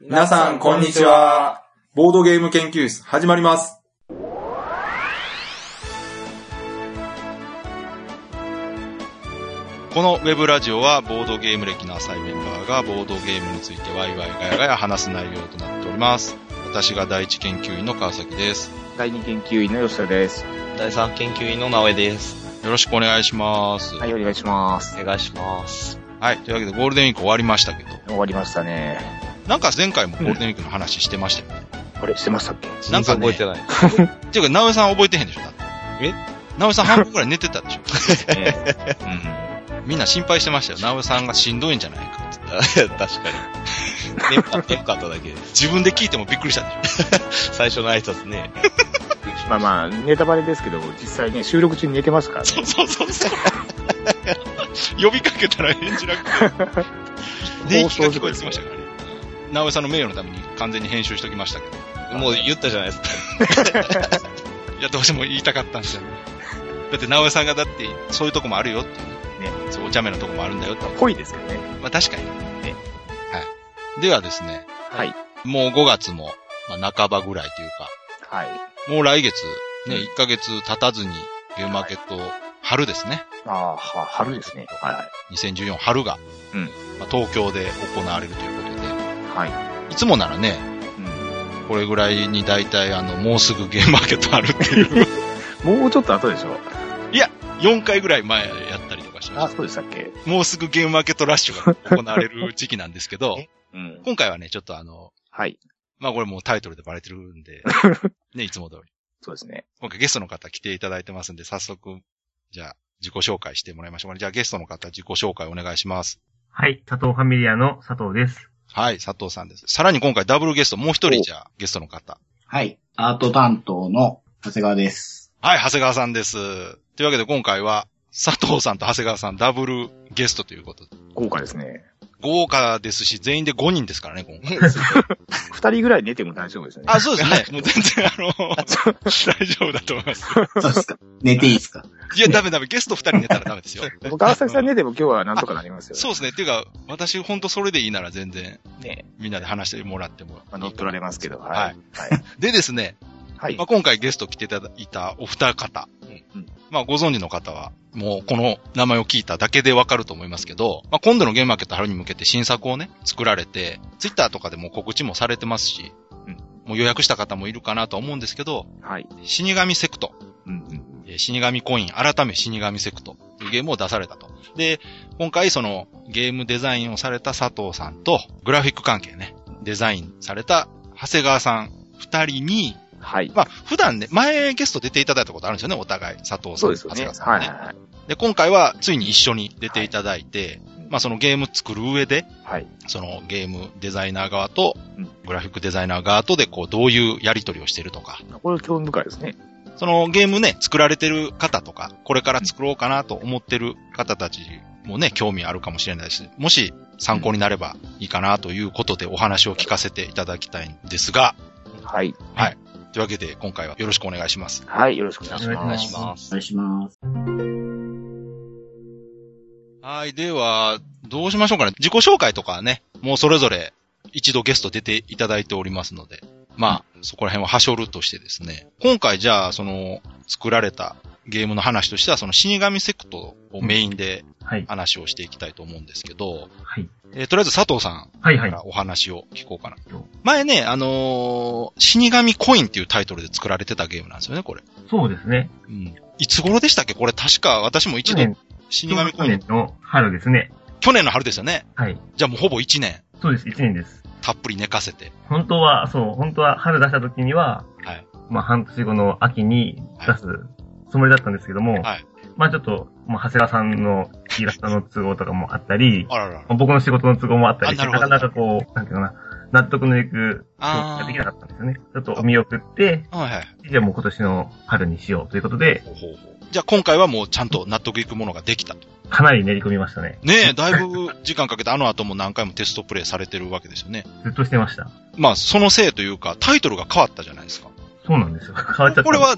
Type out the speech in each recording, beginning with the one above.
皆さん、こんにちは。ボードゲーム研究室、始まります。このウェブラジオはボードゲーム歴の浅いメンバーがボードゲームについてワイワイガヤガヤ話す内容となっております。私が第一研究員の川崎です。第二研究員の吉田です。第3研究員の直江です。よろしくお願いします。は、はいい、お願いします。お願いします。というわけでゴールデンウィーク終わりましたけど、終わりましたね。なんか前回もゴールデンウィークの話してましたよね。あれ、してましたっけなんか覚えてな っい。ていうか、直江さん覚えてへんでしょだってえ直江さん半分くらい寝てたでしょえうん。みんな心配してましたよ。直江さんがしんどいんじゃないかって。 確か に。眠か眠かっただけです。自分で聞いてもびっくりしたでし 最初の挨拶ね。えまあまあ、ネタバレですけど、実際ね、収録中に寝てますからね。ょそうそうそう。呼びかけたら返事なく て。で、放息が送聞事こ故でえてす まねしたからね。直江さんの名誉のために完全に編集しときましたけど。もう言ったじゃないですか。、いや、どうしても言いたかったんですよ。だって、直江さんがだって、そういうとこもあるよっていうね。そう、お茶目なとこもあるんだよって。ぽいですけどね。まあ確かに。ねはい。ではですね、はい。もう5月も、まあ、半ばぐらいというか、はい。もう来月、うんね、1ヶ月経たずに、ゲームマーケット、春ですね。ああ、は、春ですね。は2014春が、うんまあ、東京で行われるということい。で、はい。いつもならね、うんこれぐらいに大体、あの、もうすぐゲームマーケットあるっていう、 もうちょっと後でしょ4回ぐらい前やったりとかしまあ、しそうでしたっけた。もうすぐゲームマーケットラッシュが行われる時期なんですけど えうん。今回はね、ちょっとあの、はい。まあこれもうタイトルでバレてるん で、ね、いつも通り。そうですね。今回ゲストの方来ていただいてますんで、早速、じゃあ、自己紹介してもらいましょうか。じゃあゲストの方、自己紹介お願いします。はい、佐藤ファミリアの佐藤です。はい、佐藤さんです。さらに今回ダブルゲスト、もう一人、じゃあ、ゲストの方。はい。アート担当の長谷川です。はい、長谷川さんです。というわけで今回は、佐藤さんと長谷川さん、ダブルゲストということで。豪華ですね。豪華ですし、全員で5人ですからね、今回。二人ぐらい寝ても大丈夫ですね。あ、そうですね。もう全然、あの、 大丈夫だと思います。そうですか。寝ていいですかいや、ダメダメ。ゲスト2人寝たらダメですよ。僕、浅崎さん寝ても今日はなんとかなりますよ。そうですね。っていうか、私、ほんとそれでいいなら全然、ね。みんなで話してもらっても。まあ、乗っ取られますけど、ははいい。。はい。でですね、はいまあ、。今回ゲスト来ていただいたお二方、うんまあ、ご存知の方は、もうこの名前を聞いただけでわかると思いますけど、まあ、今度のゲームマーケット春に向けて新作をね、作られて、ツイッターとかでも告知もされてますし、うんもう予約した方もいるかなとは思うんですけど、はい。死神セクト、うんうん。えー死神コイン、改め死神セクトというゲームを出されたと。で、今回そのゲームデザインをされた佐藤さんと、グラフィック関係ね、デザインされた長谷川さん二人に、はい。まあ、普段ね、前ゲスト出ていただいたことあるんですよね、お互い。佐藤さそん、うですよね。長谷川さんはもいね、はいで、今回はついに一緒に出ていただいて、はい。まあそのゲーム作る上で、はい。そのゲームデザイナー側とうん、グラフィックデザイナー側とで、こう、どういうやり取りをしてるとか、これ興味深いですね。そのゲームね、作られてる方とか、これから作ろうかなと思ってる方たちもね、興味あるかもしれないし、もし参考になればいいかなということでお話を聞かせていただきたいんですが、はい。というわけで今回はよろしくお願いします。はい。よろしくお願いしお願まいすし。お願いします。はい、では、どうしましょうかね。自己紹介とかはね、もうそれぞれ一度ゲスト出ていただいておりますので、まあ、そこら辺ははしょるとしてですね、今回じゃあ、その、作られたゲームの話としては、その死神セクトをメインではい、話をしていきたいと思うんですけど、はい、えーとりあえず佐藤さんはい、かはい。らお話を聞こうかな。どう前ね、あのー死神コインっていうタイトルで作られてたゲームなんですよね、これ。そうですね。うん。いつ頃でしたっけこれ確か私も一去度年、死去神コイン、年の春ですね。去年の春ですよね。はい。じゃあもうほぼ1年。そうです、1年です。たっぷり寝かせて。本当は、そう、本当は春出した時には、はい。まあ半年後の秋に出すつもりだったんですけども、はい。まあちょっと、まあ長谷川さんのイラストの都合とかもあったり、あららら。僕の仕事の都合もあったりして、あななるほかどなかこう、なんていうのかな、納得のいく、あーができなかったんですよね。ちょっとお見送って、はいはい。じゃあもう今年の春にしようということで、ほうほうほうじゃあ今回はもうちゃんと納得いくものができたと。かなり練り込みましたね。ねえ、だいぶ時間かけてあの後も何回もテストプレイされてるわけですよね。ずっとしてました。まあそのせいというか、タイトルが変わったじゃないですか。そうなんですよ。変わっちゃった。これは、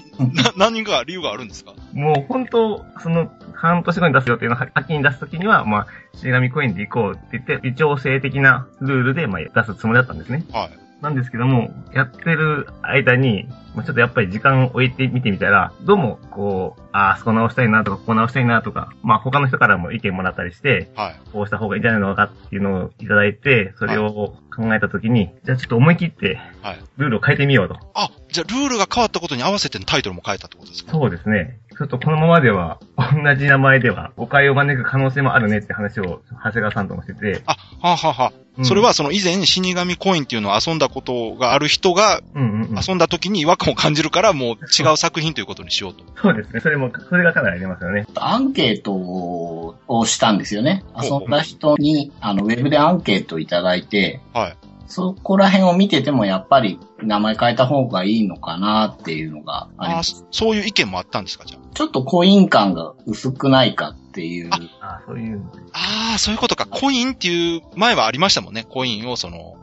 な、何が理由があるんですかもう本当、その、半年後に出す予定のは秋に出すときには、まあ、しがみ公園で行こうって言って、微調整的なルールで、まあ、出すつもりだったんですね。はい。なんですけども、やってる間に、まあ、ちょっとやっぱり時間を置いてみてみたら、どうも、こう、ああ、そこ直したいなとか、ここ直したいなとか、まあ、他の人からも意見もらったりして、はい。こうした方がいいんじゃないのかっていうのをいただいて、それを考えたときに、じゃあちょっと思い切ってはい、ルールを変えてみようと。あ、じゃあルールが変わったことに合わせてタイトルも変えたってことですかそうですね。ちょっとこのままでは、同じ名前では誤解を招く可能性もあるねって話を、長谷川さんともしてて。あ、はあはあはあうんそれ、はその以前死神コインっていうのを遊んだことがある人がうんうんうん。遊んだ時に違和感を感じるからもう違う作品ということにしようと。そうですね。それも、それがかなりありますよね。アンケートをしたんですよね。ほう遊んだ人に、あの、ウェブでアンケートいただいて、はい。そこら辺を見ててもやっぱり名前変えた方がいいのかなっていうのがありあまあす。そそういう意見もあったんですか、じゃちょっとコイン感が薄くないかっていう。あそういう。あ。ああ、そういうことか。コインっていう前はありましたもんね。コインをその、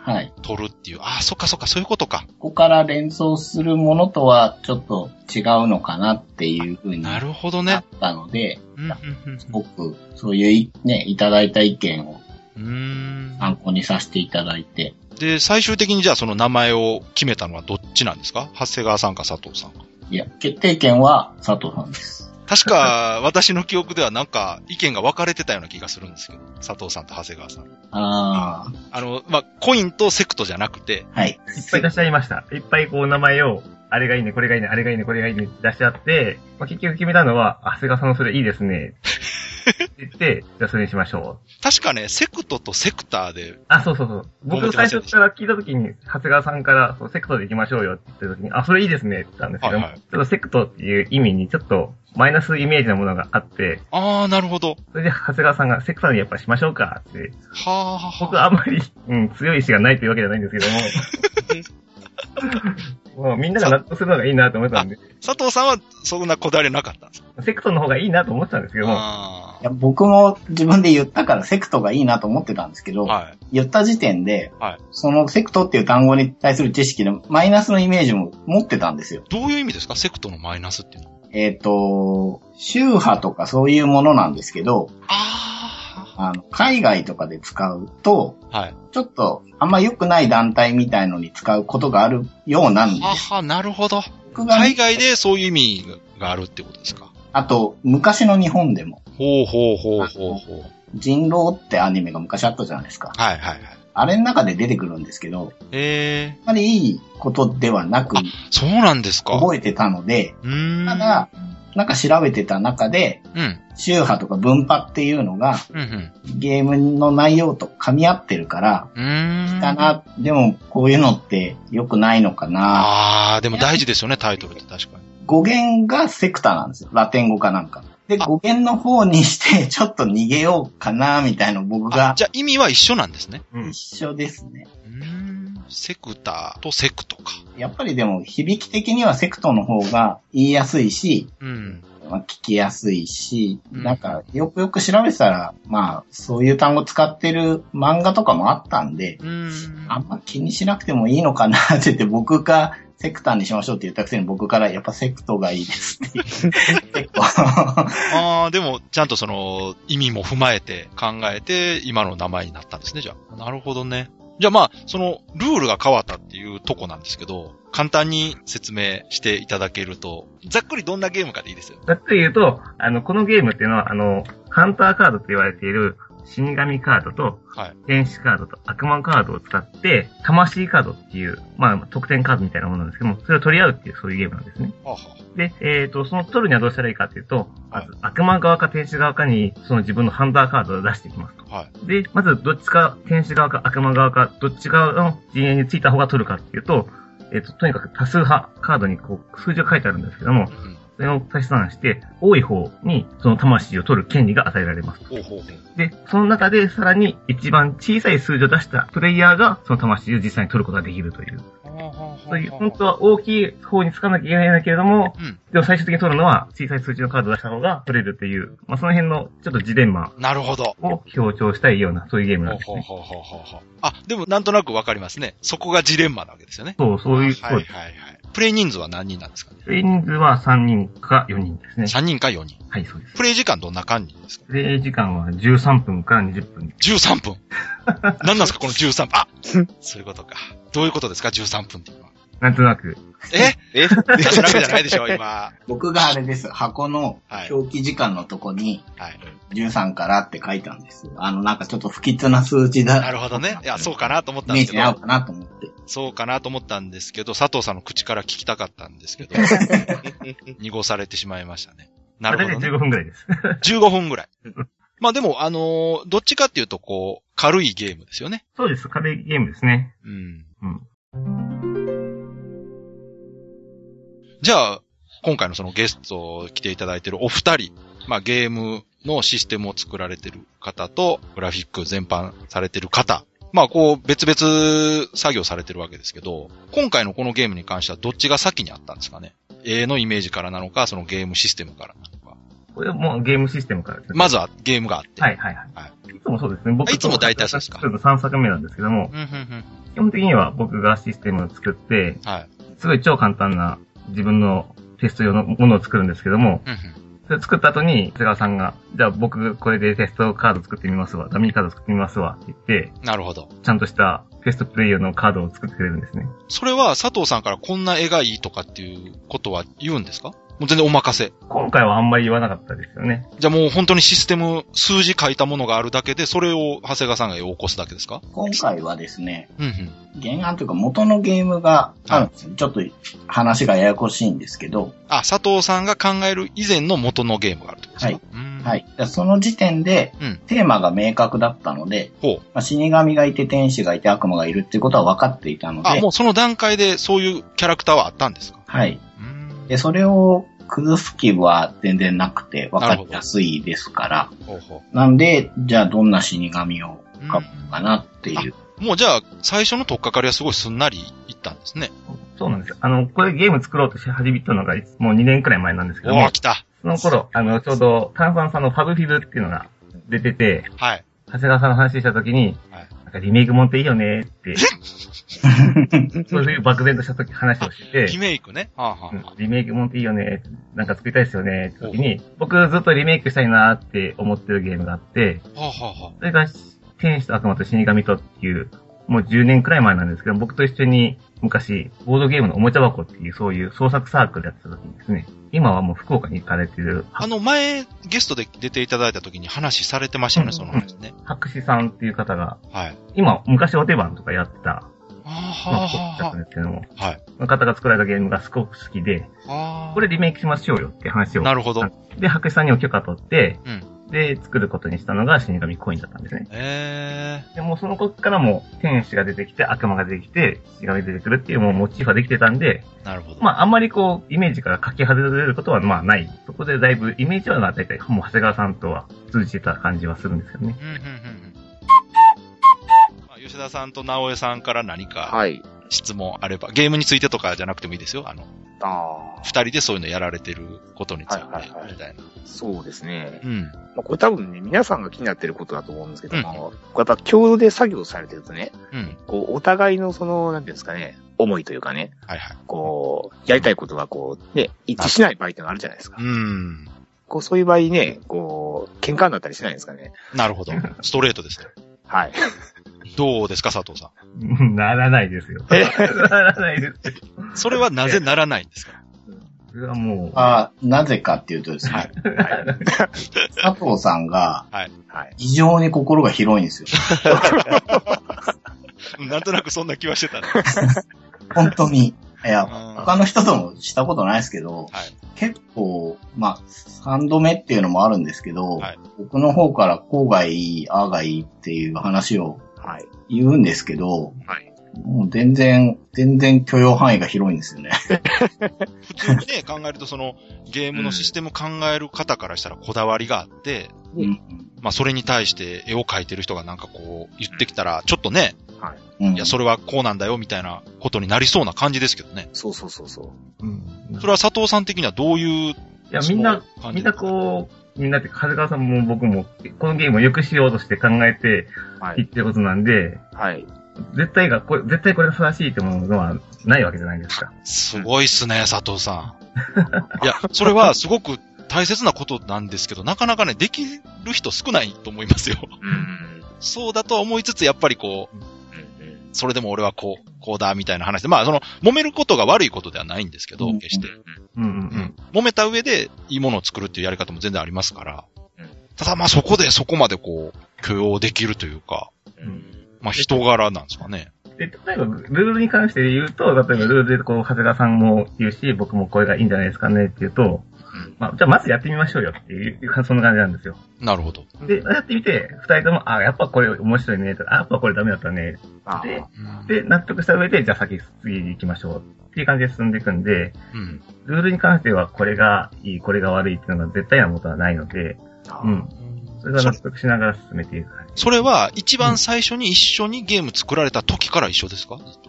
はい。取るっていう。ああ、そっかそっか、そういうことか。ここから連想するものとはちょっと違うのかなっていうふうにななるほどっね。たので、うんうん僕、そういういね、いただいた意見をうんうーん参考にさせていただいて、で、最終的にじゃあその名前を決めたのはどっちなんですか長谷川さんか佐藤さんか。いや、決定権は佐藤さんです。確 か、私の記憶ではなんか意見が分かれてたような気がするんですけど。佐藤さんと長谷川さん。ああの、まあ、コインとセクトじゃなくて、あ、はい。いっぱい出し合いました。いっぱいこう名前を、あれがいいね、これがいいね、あれがいいね、これがいいねって出し合って、まあ、結局決めたのは、あ、長谷川さんのそれいいで すね。って言って、じゃあそれにしましょう。確かね、セクトとセクターで、あ、そうそうそう。僕最初から聞いた時に、長谷川さんから、そうセクトで行きましょうよって言った時に、あ、それいいですねって言ったんですけど、はいはいちょっとセクトっていう意味にちょっとマイナスイメージなものがあって、あー、なるほど。それで長谷川さんがセクターにやっぱしましょうかって、はあ、はあ僕はあ、はあんま り、うん、強い意志がないというわけじゃないんですけ ども、もうみんなが納得するのがいいなと思ったんで、佐藤さんはそんなこだわりなかったんですかセクトの方がいいなと思ったんですけども、あ いや僕も自分で言ったからセクトがいいなと思ってたんですけど、ーはい。言った時点で、はいそのセクトっていう単語に対する知識のマイナスのイメージも持ってたんですよ。どういう意味ですかセクトのマイナスっていうのは。えっ、と、宗派とかそういうものなんですけど、ああの、海外とかで使うと、あ、はい。ちょっとあんま良くない団体みたいのに使うことがあるようなんではあ、はあ、なるほど。僕が海外でそういう意味があるってことですかあと、昔の日本でも、ほうほうほうほうほう。人狼ってアニメが昔あったじゃないですか。はいはいはい。あれの中で出てくるんですけど、ええあんまりいいことではなくあそうなんですか。覚えてたので、うーん。ただ、なんか調べてた中で、うん、うん、宗派とか文派っていうのがうん。ゲームの内容と噛み合ってるから、うーん。かな、でもこういうのって良くないのかな。ああ、でも大事ですよね、タイトルって確かに。語源がセクターなんですよ。ラテン語かなんか。で、あ語源の方にして、 ちょっと逃げようかな、みたいな僕あがじゃあ意味は一緒なんですね。うん一緒ですね。うーん。セクターとセクトか。やっぱりでも、響き的にはセクトの方が言いやすいし、うん。まあ、聞きやすいし、うんなんか、よくよく調べてたら、まあ、そういう単語使ってる漫画とかもあったんで、うーん。あんま気にしなくてもいいのかなって言って、僕がセクターにしましょうって言ったくせに僕からやっぱセクトがいいです って言って。結構 ああ、でも、ちゃんとその、意味も踏まえて考えて、今の名前になったんですね、じゃあ。なるほどね。じゃあまあ、その、ルールが変わったっていうとこなんですけど、簡単に説明していただけると、ざっくりどんなゲームかでいいですよ。ざっくり言うと、あの、このゲームっていうのは、あの、ハンターカードと言われている、死神カードと、はい。天使カードと悪魔カードを使って、魂カードっていう、まあ、得点カードみたいなものなんですけども、それを取り合うっていう、そういうゲームなんですね。はあ、はで、えっ、と、その取るにはどうしたらいいかっていうと、はまいず悪魔側か天使側かに、その自分のハンターカードを出していきますと。あ、はい。で、まずどっちか、天使側か悪魔側か、どっち側の陣営についた方が取るかっていうと、えっ、と、とにかく多数派カードにこう、数字が書いてあるんですけどもう、ん。それを足し算して、多い方にその魂を取る権利が与えられます。ほうほうほう。で、その中でさらに一番小さい数字を出したプレイヤーがその魂を実際に取ることができるという。そういう、本当は大きい方につかなきゃいけないんだけれども、うんでも最終的に取るのは小さい数字のカードを出した方が取れるという、まあ、その辺のちょっとジレンマなるほど。を強調したいような、そういうゲームほなんうですほうね。ほうほうほうほう。あ、でもなんとなくわかりますね。そこがジレンマなわけですよね。そう、そういう、はいはいそうはい。プレイ人数は何人なんですかねプレイ人数は3人か4人ですね。 ?3 人か4人。はい、そうです。プレイ時間どんな感じですかプレイ時間は13分から20分。 ?13 分。何なんですかこの13分。あそういうことか。どういうことですか ?13 分って今。なんとなく。 ええ 調べじゃないでしょ今。僕があれです。箱のはい表記時間のとこにはい。 13からって書いたんですよ。あの、なんかちょっと不吉な数字なだ。るほどね。いや、そうかなと思っイたんメでーすジけに合うど、かなと思って。そうかなと思ったんですけど、佐藤さんの口から聞きたかったんです けど、濁されてしまいましたね。なるほど、大ね体。15分くらいです。 15分ぐらい。まあでも、あのーどっちかっていうと、こう、軽いゲームですよね。そうです。壁ゲームですね。うん。うん。じゃあ、今回のそのゲストを来ていただいてるお二人、まあゲームのシステムを作られてる方と、グラフィック全般されてる方、まあこう別々作業されてるわけですけど、今回のこのゲームに関してはどっちが先にあったんですかね絵のイメージからなのか、そのゲームシステムからなのか。これもうゲームシステムからですね。まずはゲームがあって。はいはいはい。、はいつもそうですね。僕あいつも大体そうですかちょっと3作目なんですけども、うんうんうん。基本的には僕がシステムを作って、はい。すごい超簡単な自分のテスト用のものを作るんですけども、うんうんそれ作った後に、瀬川さんが、じゃあ僕これでテストカード作ってみますわ、ダミーカード作ってみますわって言って、なるほど。ちゃんとしたテストプレイ用のカードを作ってくれるんですね。それは佐藤さんからこんな絵がいいとかっていうことは言うんですかもう全然お任せ。今回はあんまり言わなかったですよね。じゃあもう本当にシステム、数字書いたものがあるだけで、それを長谷川さんが絵を起こすだけですか今回はですね、うんうん。原案というか元のゲームがあるんですよ。ちょっと話がややこしいんですけど、あ、佐藤さんが考える以前の元のゲームがあるってことですかはい。はいい。その時点でうん、テーマが明確だったので、ほう。まあ死神がいて天使がいて悪魔がいるっていうことは分かっていたのあ、でも、うその段階でそういうキャラクターはあったんですかはい。うん。で、それを崩す気は全然なくて、分かりやすいですから、ほうほなんで、じゃあどんな死神を描こうかなっていう。う。もうじゃあ、最初の取っかかりはすごいすんなりいったんですね。そうなんですよ。あの、これゲーム作ろうとし始めたのが、もう2年くらい前なんですけどおもお、、来た。その頃、あの、ちょうど炭酸さんのファブフィブっていうのが出てて、はい。長谷川さんの話した時に、はいなんかリメイクもんっていいよねって、そういう漠然とした時話をして てリ、メイクね。はあ、はあうんはあ、リメイクもんっていいよね、なんか作りたいですよね、って時に、僕ずっとリメイクしたいなって思ってるゲームがあって、はあはあはあそれが天使と悪魔と死神とっていう、もう10年くらい前なんですけど、僕と一緒に昔、ボードゲームのおもちゃ箱っていうそういう創作サークルやってた時にですね、今はもう福岡に行かれてるあの前、ゲストで出ていただいた時に話されてましたよね、その話ね。博士さんっていう方が、はい。今、昔お手番とかやってた、あはまああ、こっちだはったんですけども、あはあ。はい。その方が作られたゲームがすごく好きで、ああ。これリメイクしましょうよって話を。なるほど。で、博士さんにお許可取って、うで、作ることにしたのが死神コインだったんですね。ええでもうその時からも天使が出てきて、悪魔が出てきて、死神出てくるっていうもうモチーフができてたんで、なるほど。まああんまりこう、イメージからかき外れることはまあない。そこでだいぶイメージは大体、もう長谷川さんとは通じてた感じはするんですよね。 うんうんうんうんまあ吉田さんと直江さんから何かはい。質問あれば、ゲームについてとかじゃなくてもいいですよ。あの、ああ、二人でそういうのやられてることについて、みはいはいはいたいな。そうですねう。ん。まあ、これ多分ね、皆さんが気になってることだと思うんですけどうんも、やっぱ共同で作業されてるとね、うん。こう、お互いのその、なんていうんですかね、思いというかね、はいはい。こう、やりたいことがこう、ね、一致しない場合ってのがあるじゃないですかう。ん。こう、そういう場合ね、こう、喧嘩になったりしないんですかね。なるほ ど。ストレートですね。はい。どうですか、佐藤さうんならないですよ。え ならないです。 ん。それはなぜならないんです かそれはもう、あなぜかっていうとですね、佐藤さんがはい。非常に心が広いんですよ。なんとなくそんな気はしてたね。 本当に。いや、は他の人ともしたことないですけはど、い結構、まあ、3度目っていうのもあるんですけど、はい僕の方からこうがいい、ああがいいっていう話をはい。言うんですけど、はいもう全然、全然許容範囲が広いんで すよね。普通にね、考えるとその、ゲームのシステム考える方からしたらこだわりがあって、うんうんまあそれに対して絵を描いてる人がなんかこう言ってきたら、ちょっとね、うんいや、それはこうなんだよ、みたいなことになりそうな感じですけどね。そうそうそうそう。うんそれは佐藤さん的にはどういう、いや、みんな、感みじんなこう、みんなって、風川さんも僕も、このゲームを良くしようとして考えては言っい。てることなんで、はい。絶対がこれ、絶対これが正しいってものはないわけじゃないですか。すごいっすね、佐藤さん。いや、それはすごく大切なことなんですけど、なかなかね、できる人少ないと思いますよ。うん。そうだとは思いつつ、やっぱりこう、うんうんそれでも俺はこう、こうだ、みたいな話で。まあ、その、揉めることが悪いことではないんですけど、うん決して。うんうんうん。揉めた上で、いいものを作るっていうやり方も全然ありますからうん。ただまあそこでそこまでこう、許容できるというか、まあ人柄なんですかね。で、例えば、ルールに関して言うと、例えばルールでこう、長谷川さんも言うし、僕もこれがいいんじゃないですかねって言うと、まあ、じゃあまずやってみましょうよっていう、 そんな感じなんですよ。なるほど。で、やってみて、二人とも、あ、やっぱこれ面白いね、とか、あ、やっぱこれダメだったね、あであ、で、納得した上で、じゃあ先次に行きましょうっていう感じで進んでいくんで、うん。ルールに関してはこれがいい、これが悪いっていうのが絶対なことはないので、うん。それが納得しながら進めていく感じ。それは一番最初に一緒にゲーム作られた時から一緒ですかずっと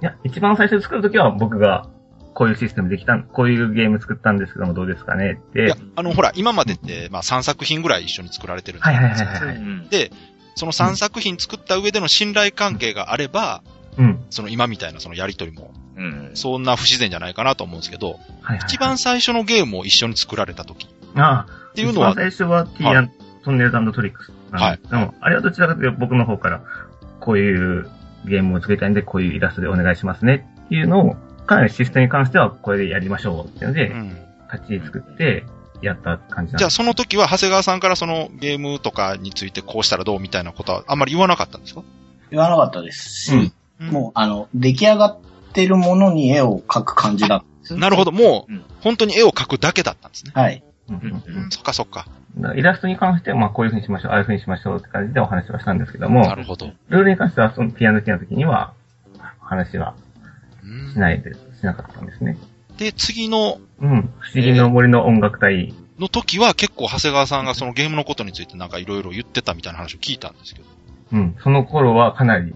いや、一番最初に作るときは僕が、こういうシステムできたん、こういうゲーム作ったんですけどもどうですかねっいてや、、あの、ほら、今までって、まあ3作品ぐらい一緒に作られてるんではいはいはいはいはうい。ん。で、その3作品作った上での信頼関係があれば、うん。その今みたいなそのやりとりも、うん。そんな不自然じゃないかなと思うんですけど、はいはいはい、一番最初のゲームを一緒に作られた時っああ、ていうのは一、番最初は T& トンネルズトリックスなんですけども。あれはどちらかというと僕の方から、こういうゲームを作りたいんで、こういうイラストでお願いしますねっていうのを、かなりシステムに関してはこれでやりましょうっていうのうで、ん勝ち作ってやった感じなんじゃであす。その時は長谷川さんからそのゲームとかについてこうしたらどうみたいなことはあんまり言わなかったんですか言わなかったですし、うんもう、あの、出来上がってるものに絵を描く感じだ。なるほど、もううん、本当に絵を描くだけだったんですね。はい。うんうんそっかそっか。だからイラストに関しては、まあこういう風にしましょう、ああいう風にしましょうって感じでお話はしたんですけどもな、るほど。ルールに関してはその T&T の時には、話はうんしないで、しなかったんですね。で、次の、うん。不思議の森の音楽隊。の時は結構長谷川さんがそのゲームのことについてなんかいろいろ言ってたみたいな話を聞いたんですけど。うん、その頃はかなり。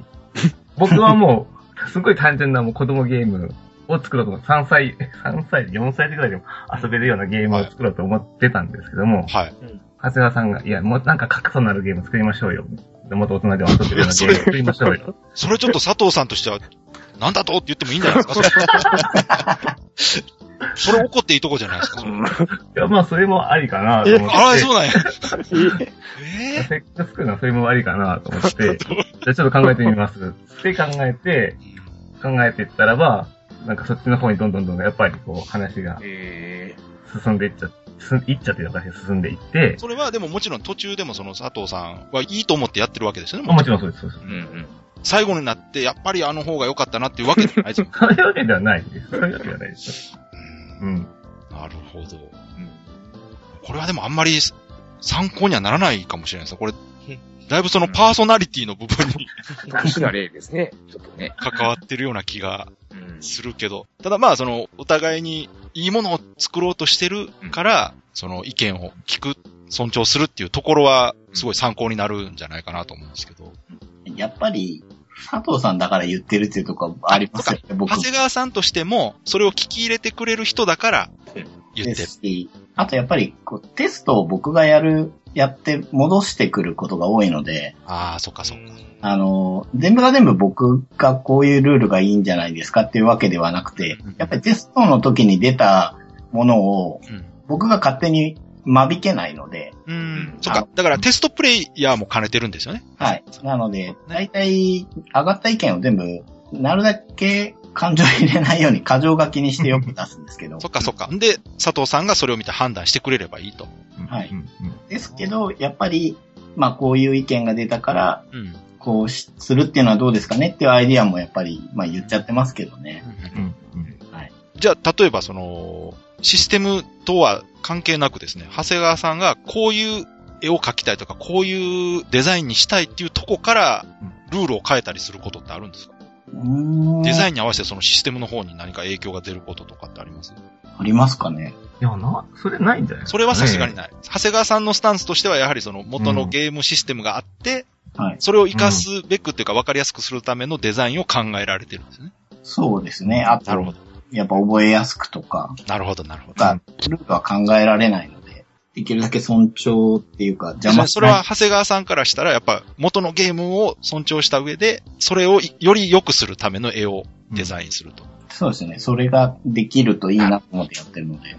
僕はもう、 すごい単純なもう子供ゲームを作ろうと思って、3歳、3歳、4歳ぐらいでも遊べるようなゲームを作ろうと思ってたんですけども、はい。長谷川さんが、いや、もうなんか格差のあるゲーム作りましょうよ。もっと大人でも遊べるようなゲーム作りましょうよ。 それちょっと佐藤さんとしては、なんだとって言ってもいいんじゃないですか それそれ怒っていいとこじゃないですかそれいや、まあ、それもありかなと思って。あら、そうなんや。ええせっかく作るのはそれもありかなと思 って、じゃあちょっと考えてみます。って考えて、考えていったらば、なんかそっちの方にどんどんどんどんやっぱりこう話がえ進んでいっちゃ、進んいっちゃっていうか進んでいって、それはでももちろん途中でもその佐藤さんはいいと思ってやってるわけですよね。あもちろんそうです、そうです。ーうんうん。最後になって、やっぱりあの方が良かったなっていうわけ じゃないですよ。そういうわけではないです。そういうわけではないです。ううんん。なるほど。これはでもあんまり参考にはならないかもしれないですね。これ、だいぶそのパーソナリティの部分に特殊な例ですね。ちょっとね。関わってるような気がうんするけど。ただまあ、その、お互いにいいものを作ろうとしてるから、その意見を聞く、尊重するっていうところは、すごい参考になるんじゃないかなと思うんですけど。やっぱり、佐藤さんだから言ってるっていうとこはありますよね、僕長谷川さんとしても、それを聞き入れてくれる人だからうん、言でってる。すし、あとやっぱりこうテストを僕がやる、やって戻してくることが多いので、ああ、そっかそっか。あの、全部が全部僕がこういうルールがいいんじゃないですかっていうわけではなくてうん、やっぱりテストの時に出たものをうん僕が勝手に間引けないので、うん。そっか。だからテストプレイヤーも兼ねてるんですよね。はい。なので、大体上がった意見を全部、なるだけ感情入れないように過剰書きにしてよく出すんですけど、そっかそっか。んで、佐藤さんがそれを見て判断してくれればいいと。はいうんですけど、やっぱり、まあこういう意見が出たから、うん。こうしするっていうのはどうですかねっていうアイディアもやっぱり、まあ言っちゃってますけどね。うんうんじゃあ、例えばその、システムとは関係なくですね、長谷川さんがこういう絵を描きたいとか、こういうデザインにしたいっていうとこから、ルールを変えたりすることってあるんですかデデザインインに合わせてそのシステムの方に何か影響が出ることとかってありますありますかねいや、な、それないんじゃないそれはさすがにねない。長谷川さんのスタンスとしてはやはりその元のゲームシステムがあって、はい。それを活かすべくっていうか分かりやすくするためのデザインを考えられてるんですね。そうですね。あなるほと、ど。やっぱ覚えやすくとか、なるほど、なるほど。がルールは考えられないので、できるだけ尊重っていうか、邪魔それは長谷川さんからしたら、やっぱ元のゲームを尊重した上で、それをより良くするための絵をデザインすると。そうですね。それができるといいなと思ってやってるので。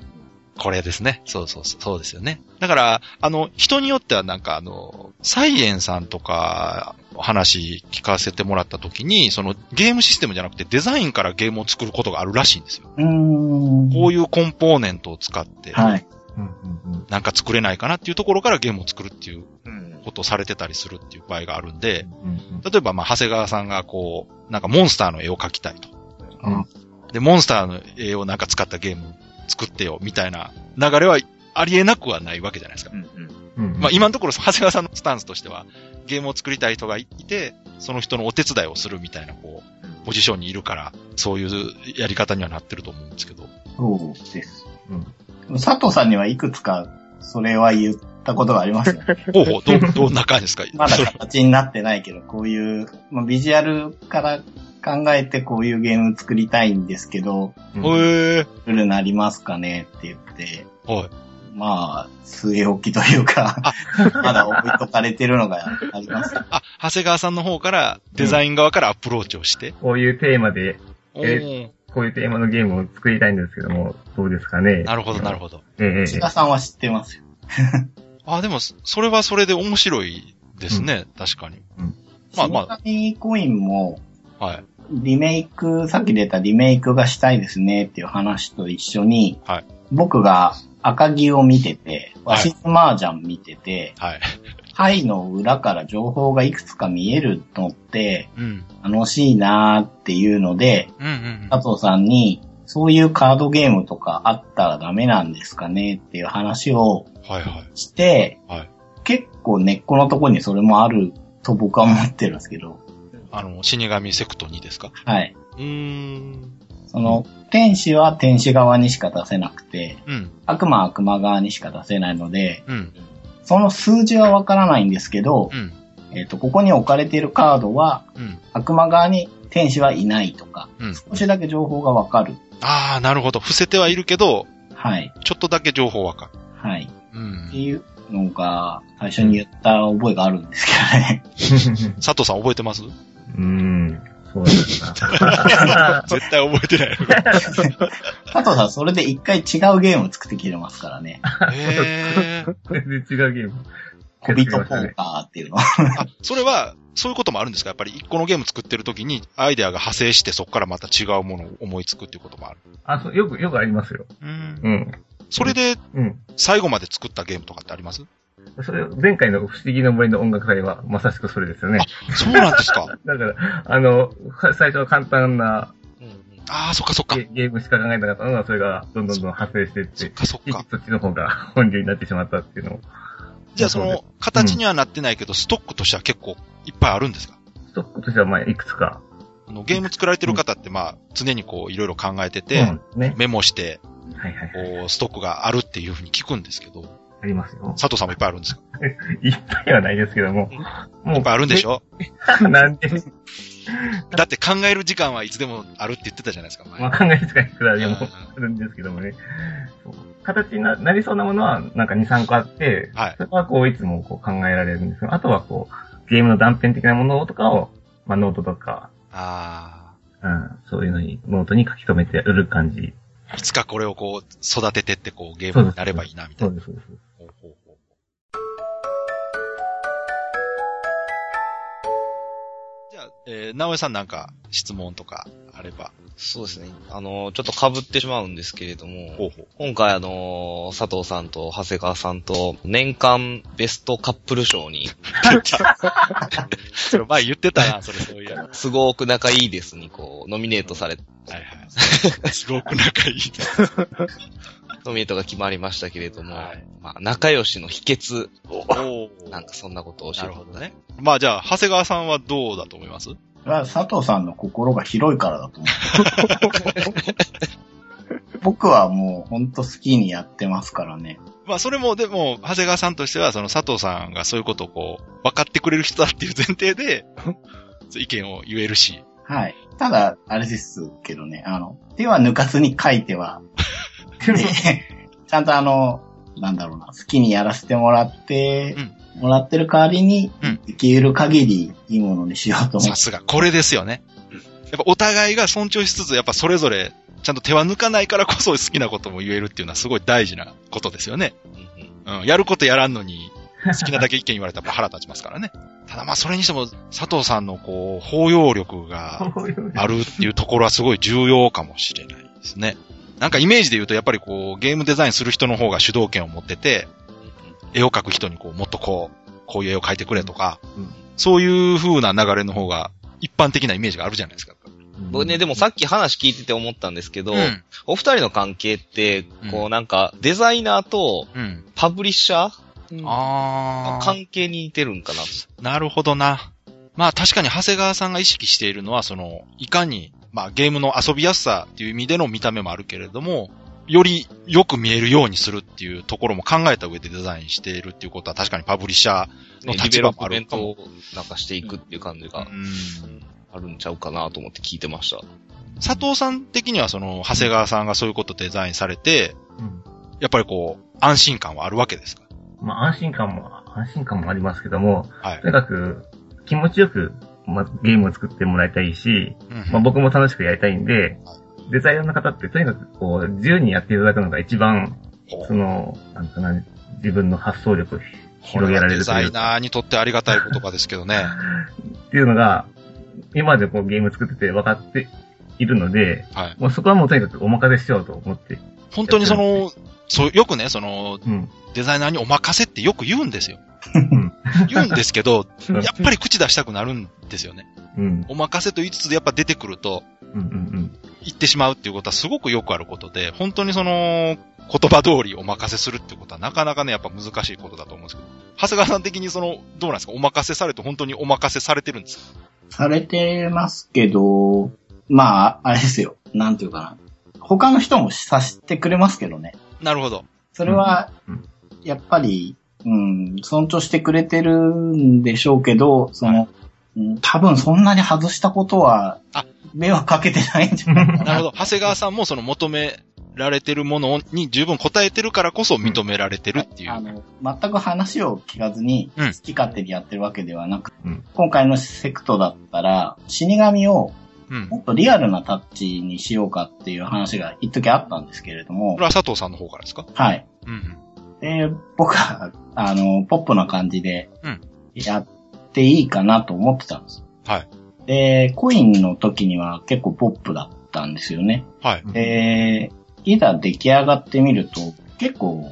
これですね。そうそうそう、そうですよね。だから、あの、人によってはなんかあの、サイエンさんとか、話聞かせてもらった時に、そのゲームシステムじゃなくてデザインからゲームを作ることがあるらしいんですよ。うーん。こういうコンポーネントを使って、はい。うんうんうんなんか作れないかなっていうところからゲームを作るっていううん。ことをされてたりするっていう場合があるんで、うんうん例えば、まあ、長谷川さんがこう、なんかモンスターの絵を描きたいと。うんで、モンスターの絵をなんか使ったゲーム作ってよ、みたいな流れはありえなくはないわけじゃないですか。うんうん。うんうんまあ、今のところ、長谷川さんのスタンスとしては、ゲームを作りたい人がいて、その人のお手伝いをするみたいな、こう、ポジションにいるから、そういうやり方にはなってると思うんですけど。そうです。うん佐藤さんにはいくつか、それは言ったことがありますよね。ほうほう、ど、 どんな感じですかまだ形になってないけど、こういう、まあ、ビジュアルから考えてこういうゲーム作りたいんですけど、うんへえルールなりますかねって言って、はい。まあ、据え置きというか、 まだ置いとかれてるのがあります。あ、長谷川さんの方から、デザイン側からアプローチをして。こういうテーマで、おえーこういうテーマのゲームを作りたいんですけども、どうですかね。なるほど、なるほど。ど。ええ千田さんは知ってますよ。あ、でも、そそれはそれで面白いですね。確かに。まあまああ。コインも、はい。リメイク、さっき出たリメイクがしたいですねっていう話と一緒に、はい僕が赤木を見てて、はい和室麻雀見てて、はい。牌の裏から情報がいくつか見えるのってうん。楽しいなーっていうので、うんうんうん。佐藤さんに、そういうカードゲームとかあったらダメなんですかねっていう話をはいはい。して、はい結構根っこのところにそれもあると僕は思ってるんですけど、あの、死神セクト2ですかはい。うーん。その、天使は天使側にしか出せなくて、うん。悪魔は悪魔側にしか出せないので、うん。その数字はわからないんですけどう、ん。えっ、と、ここに置かれているカードは、うん。悪魔側に天使はいないとか、うん。少しだけ情報がわかる。ああ、なるほど。伏せてはいるけど、はい。ちょっとだけ情報わかる。はい。うってん。いうのが、最初に言った覚えがあるんですけどね。佐藤さん覚えてますうーん、そうだな。絶対覚えてない。佐藤さん、それで一回違うゲームを作ってきてますか らね。 へえ。全然違うゲーム。小人ポーカーっていう のは。 あ、それは、そういうこともあるんですかやっぱり一個のゲーム作ってる時に、アイデアが派生して、そこからまた違うものを思いつくっていうこともある。 あ、そう、よく、よくありますよ。うん。うん。それで、うん。最後まで作ったゲームとかってありますそれ、前回の不思議の森の音楽祭はまさしくそれですよね。そうなんですか。だから、あの、最初は簡単なああ、そっかそっか。ゲゲームしか考えなかったのが、それがどんどんどん派生していっ、そってかそっか。そっちの方が 本流になってしまったっていうのを。じゃあその、形にはなってないけど、ストックとしては結構いっぱいあるんですかストックとしては、まあ、いくつか。あのゲーム作られてる方って、まあ、常にこう、いろいろ考えてうて、ん、ね。メモして、はいはい。こう、ストックがあるっていうふうに聞くんですけど、ありますよ。佐藤さんもいっぱいあるんですかいっぱいはないですけども。もいっぱいあるんでしょょ なんで、だって考える時間はいつでもあるって言ってたじゃないですか、前まあ、考えつかいくらでうもんあるんですけどもね。そう形にななりそうなものは、なんか2、3個あって、はいそれはこう、いつもこう考えられるんですけど、あとはこう、ゲームの断片的なものとかを、まあ、ノートとか、あうん、そういうのに、ノートに書き留めて売る感じ。あ。いつかこれをこう、育ててって、こう、ゲームになればいいな、みたそいうな。です、そうです。ほうほうほうじゃあ、えー、直江さんなんか質問とかあれば。そうですね。あの、ちょっと被ってしまうんですけれどほうも、ほう。今回あの、佐藤さんと長谷川さんと年間ベストカップル 賞に、それ前言ってたな、それそういや。はいすごく仲いいですにこう、ノミネートされ、はい。すごく仲いい。ノミネートが決まりましたけれども、はいまあ、仲良しの秘訣を、おなんかそんなことを教なえるてほどね。まあじゃあ、長谷川さんはどうだと思いますそれは佐藤さんの心が広いからだ と思う。僕はもうほんと好きにやってますからね。まあそれも、でも、長谷川さんとしては、その佐藤さんがそういうことをこう、分かってくれる人だっていう前提 で、意見を言えるし。はい。ただ、あれですけ どね、あの、手は抜かずに書いては、で、ちゃんとあの、なんだろうな、好きにやらせてもらって、もらってる代わりにうん、できる限りいいものにしようと思っさて、すが。これですよね。やっぱお互いが尊重しつつ、やっぱそれぞれ、ちゃんと手は抜かないからこそ好きなことも言えるっていうのはすごい大事なことですよね。うん。やることやらんのに、好きなだけ意見言われたらやっぱ腹立ちますからね。ただまあそれにしても、佐藤さんのこう、包容力があるっていうところはすごい重要かもしれないですね。なんかイメージで言うと、やっぱりこう、ゲームデザインする人の方が主導権を持ってて、絵を描く人にこう、もっとこう、こういう絵を描いてくれとか、うんそういう風な流れの方が、一般的なイメージがあるじゃないですか。僕ね、でもさっき話聞いてて思ったんですけど、うん。お二人の関係って、こうなんか、デザイナーとうん。パブリッシャーのあー。関係に似てるんかな。なるほどな。まあ確かに長谷川さんが意識しているのは、その、いかに、まあゲームの遊びやすさっていう意味での見た目もあるけれども、よりよく見えるようにするっていうところも考えた上でデザインしているっていうことは確かにパブリッシャー、のね、立リベ場ロもあップるメントをなんかしていくっていう感じがあるんちゃうかなと思って聞いてました。佐藤さん的にはその、長谷川さんがそういうことデザインされて、うんやっぱりこう、安心感はあるわけですかまあ安心感も、安心感もありますけども、はいと。にかく気持ちよく、まあ、ゲームを作ってもらいたいし、うんまあ、僕も楽しくやりたいんで、デザイナーの方ってとにかくこう、自由にやっていただくのが一番、その、なんかな、自分の発想力をこれ広げらはれデるとザいイうか、ナーにとってありがたい言葉ですけどね。っていうのが、今までこうゲーム作ってて分かっているので、はい。もうそこはもうとにかくお任せしようと思って、本当に その、そう、よくね、その、うん。デザイナーにお任せってよく言うん ですよん。言うんですけど、うんやっぱり口出したくなるんですよね。うん。お任せと言いつつやっぱ出てくると、うんうん言ってしまうっていうことはすごくよくあることで、本当にその、言葉通りお任せするってことはなかなかね、やっぱ難しいことだと思うんですけど、長谷川さん的にその、どうなんですかお任せされて本当にお任せされてるんですかされてますけど、まあ、あれですよ。なんていうかな。他の人もさせてくれますけどね。なるほど。それはうんうん、やっぱり、うん、尊重してくれてるんでしょうけど、その、うん多分そんなに外したことはあ、迷惑かけてないんじゃないか なな。るほど。長谷川さんもその求められてるものに十分応えてるからこそ認められてるっていう。あの、全く話を聞かずに、うん好き勝手にやってるわけではなく、うん今回のセクトだったら、死神をうん。もっとリアルなタッチにしようかっていう話が一時あったんですけれどもこれ、は佐藤さんの方からですかはい。うん。で、僕は、あの、ポップな感じでうん、やっていいかなと思ってたんですよ。はい。で、コインの時には結構ポップだったんですよね。はい。うん。で、いざ出来上がってみると、結構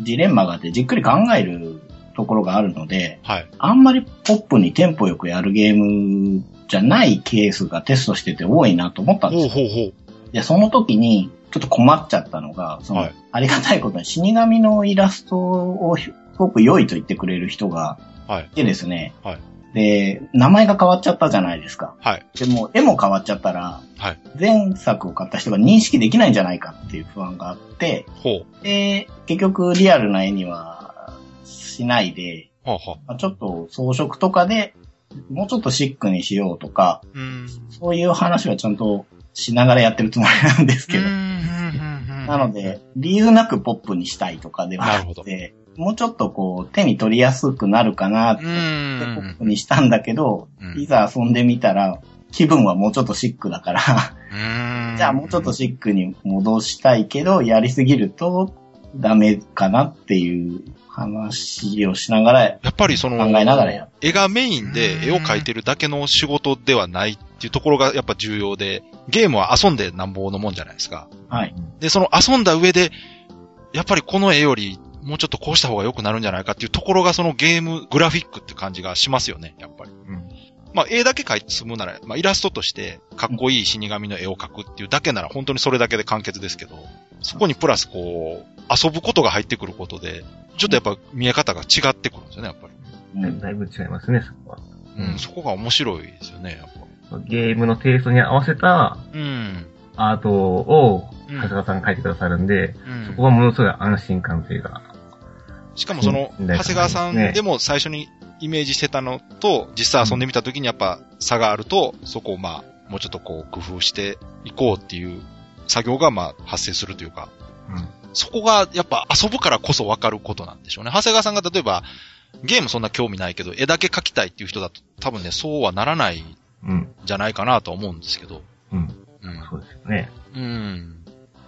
ジレンマがあってじっくり考えるところがあるので、はい。あんまりポップにテンポよくやるゲームじゃないケースがテストしてて多いなと思ったんですよほうほうほう。で、その時に、ちょっと困っちゃったのが、その、はいありがたいことに死神のイラストをひすごく良いと言ってくれる人が、はい。でですね、はいで、名前が変わっちゃったじゃないですか。はい。でも、絵も変わっちゃったら、はい前作を買った人が認識できないんじゃないかっていう不安があって、ほう。で、結局リアルな絵にはしないで、はあ、はまあ、ちょっと装飾とかで、もうちょっとシックにしようとか、あ、うん。そういう話はちゃんとしながらやってるつもりなんですけど、ななので、理由なくポップにしたいとかではななるほくどて、もうちょっとこう、手に取りやすくなるかなっうて、ポーッん。プにしたんだけど、うんいざ遊んでみたら、気分はもうちょっとシックだから、じゃあもうちょっとシックに戻したいけど、やりすぎるとダメかなっていう話をしながら、やっぱりその、考えながらや絵がメインで絵を描いてるだけの仕事ではないっていうところがやっぱ重要で、ゲームは遊んでなんぼのもんじゃないですか。はい。で、その遊んだ上で、やっぱりこの絵よりもうちょっとこうした方が良くなるんじゃないかっていうところがそのゲーム、グラフィックって感じがしますよね、やっぱり。うんまあ、絵だけ描いて済むなら、まあ、イラストとして、かっこいい死神の絵を描くっていうだけなら、本当にそれだけで完結ですけど、そこにプラスこう、遊ぶことが入ってくることで、ちょっとやっぱ見え方が違ってくるんですよね、やっぱり。うんだいぶ違いますね、そこは。うん、そこが面白いですよね、やっぱ。ゲームのテイストに合わせたうん。アートを、うん長谷川さんが描いてくださるんうで、んそこはものすごい安心感というか、しかもその、うん長谷川さんでも最初にイメージしてたのと、実際遊んでみた時にやっぱ差があると、そこをまあ、もうちょっとこう工夫していこうっていう作業がまあ発生するというか、うそこがやっぱ遊ぶからこそわかることなんでしょうね。長谷川さんが例えば、ゲームそんな興味ないけど、絵だけ描きたいっていう人だと多分ね、そうはならないんうん。じゃないかなとは思うんですけど。うん。うん。そうですよね。うん。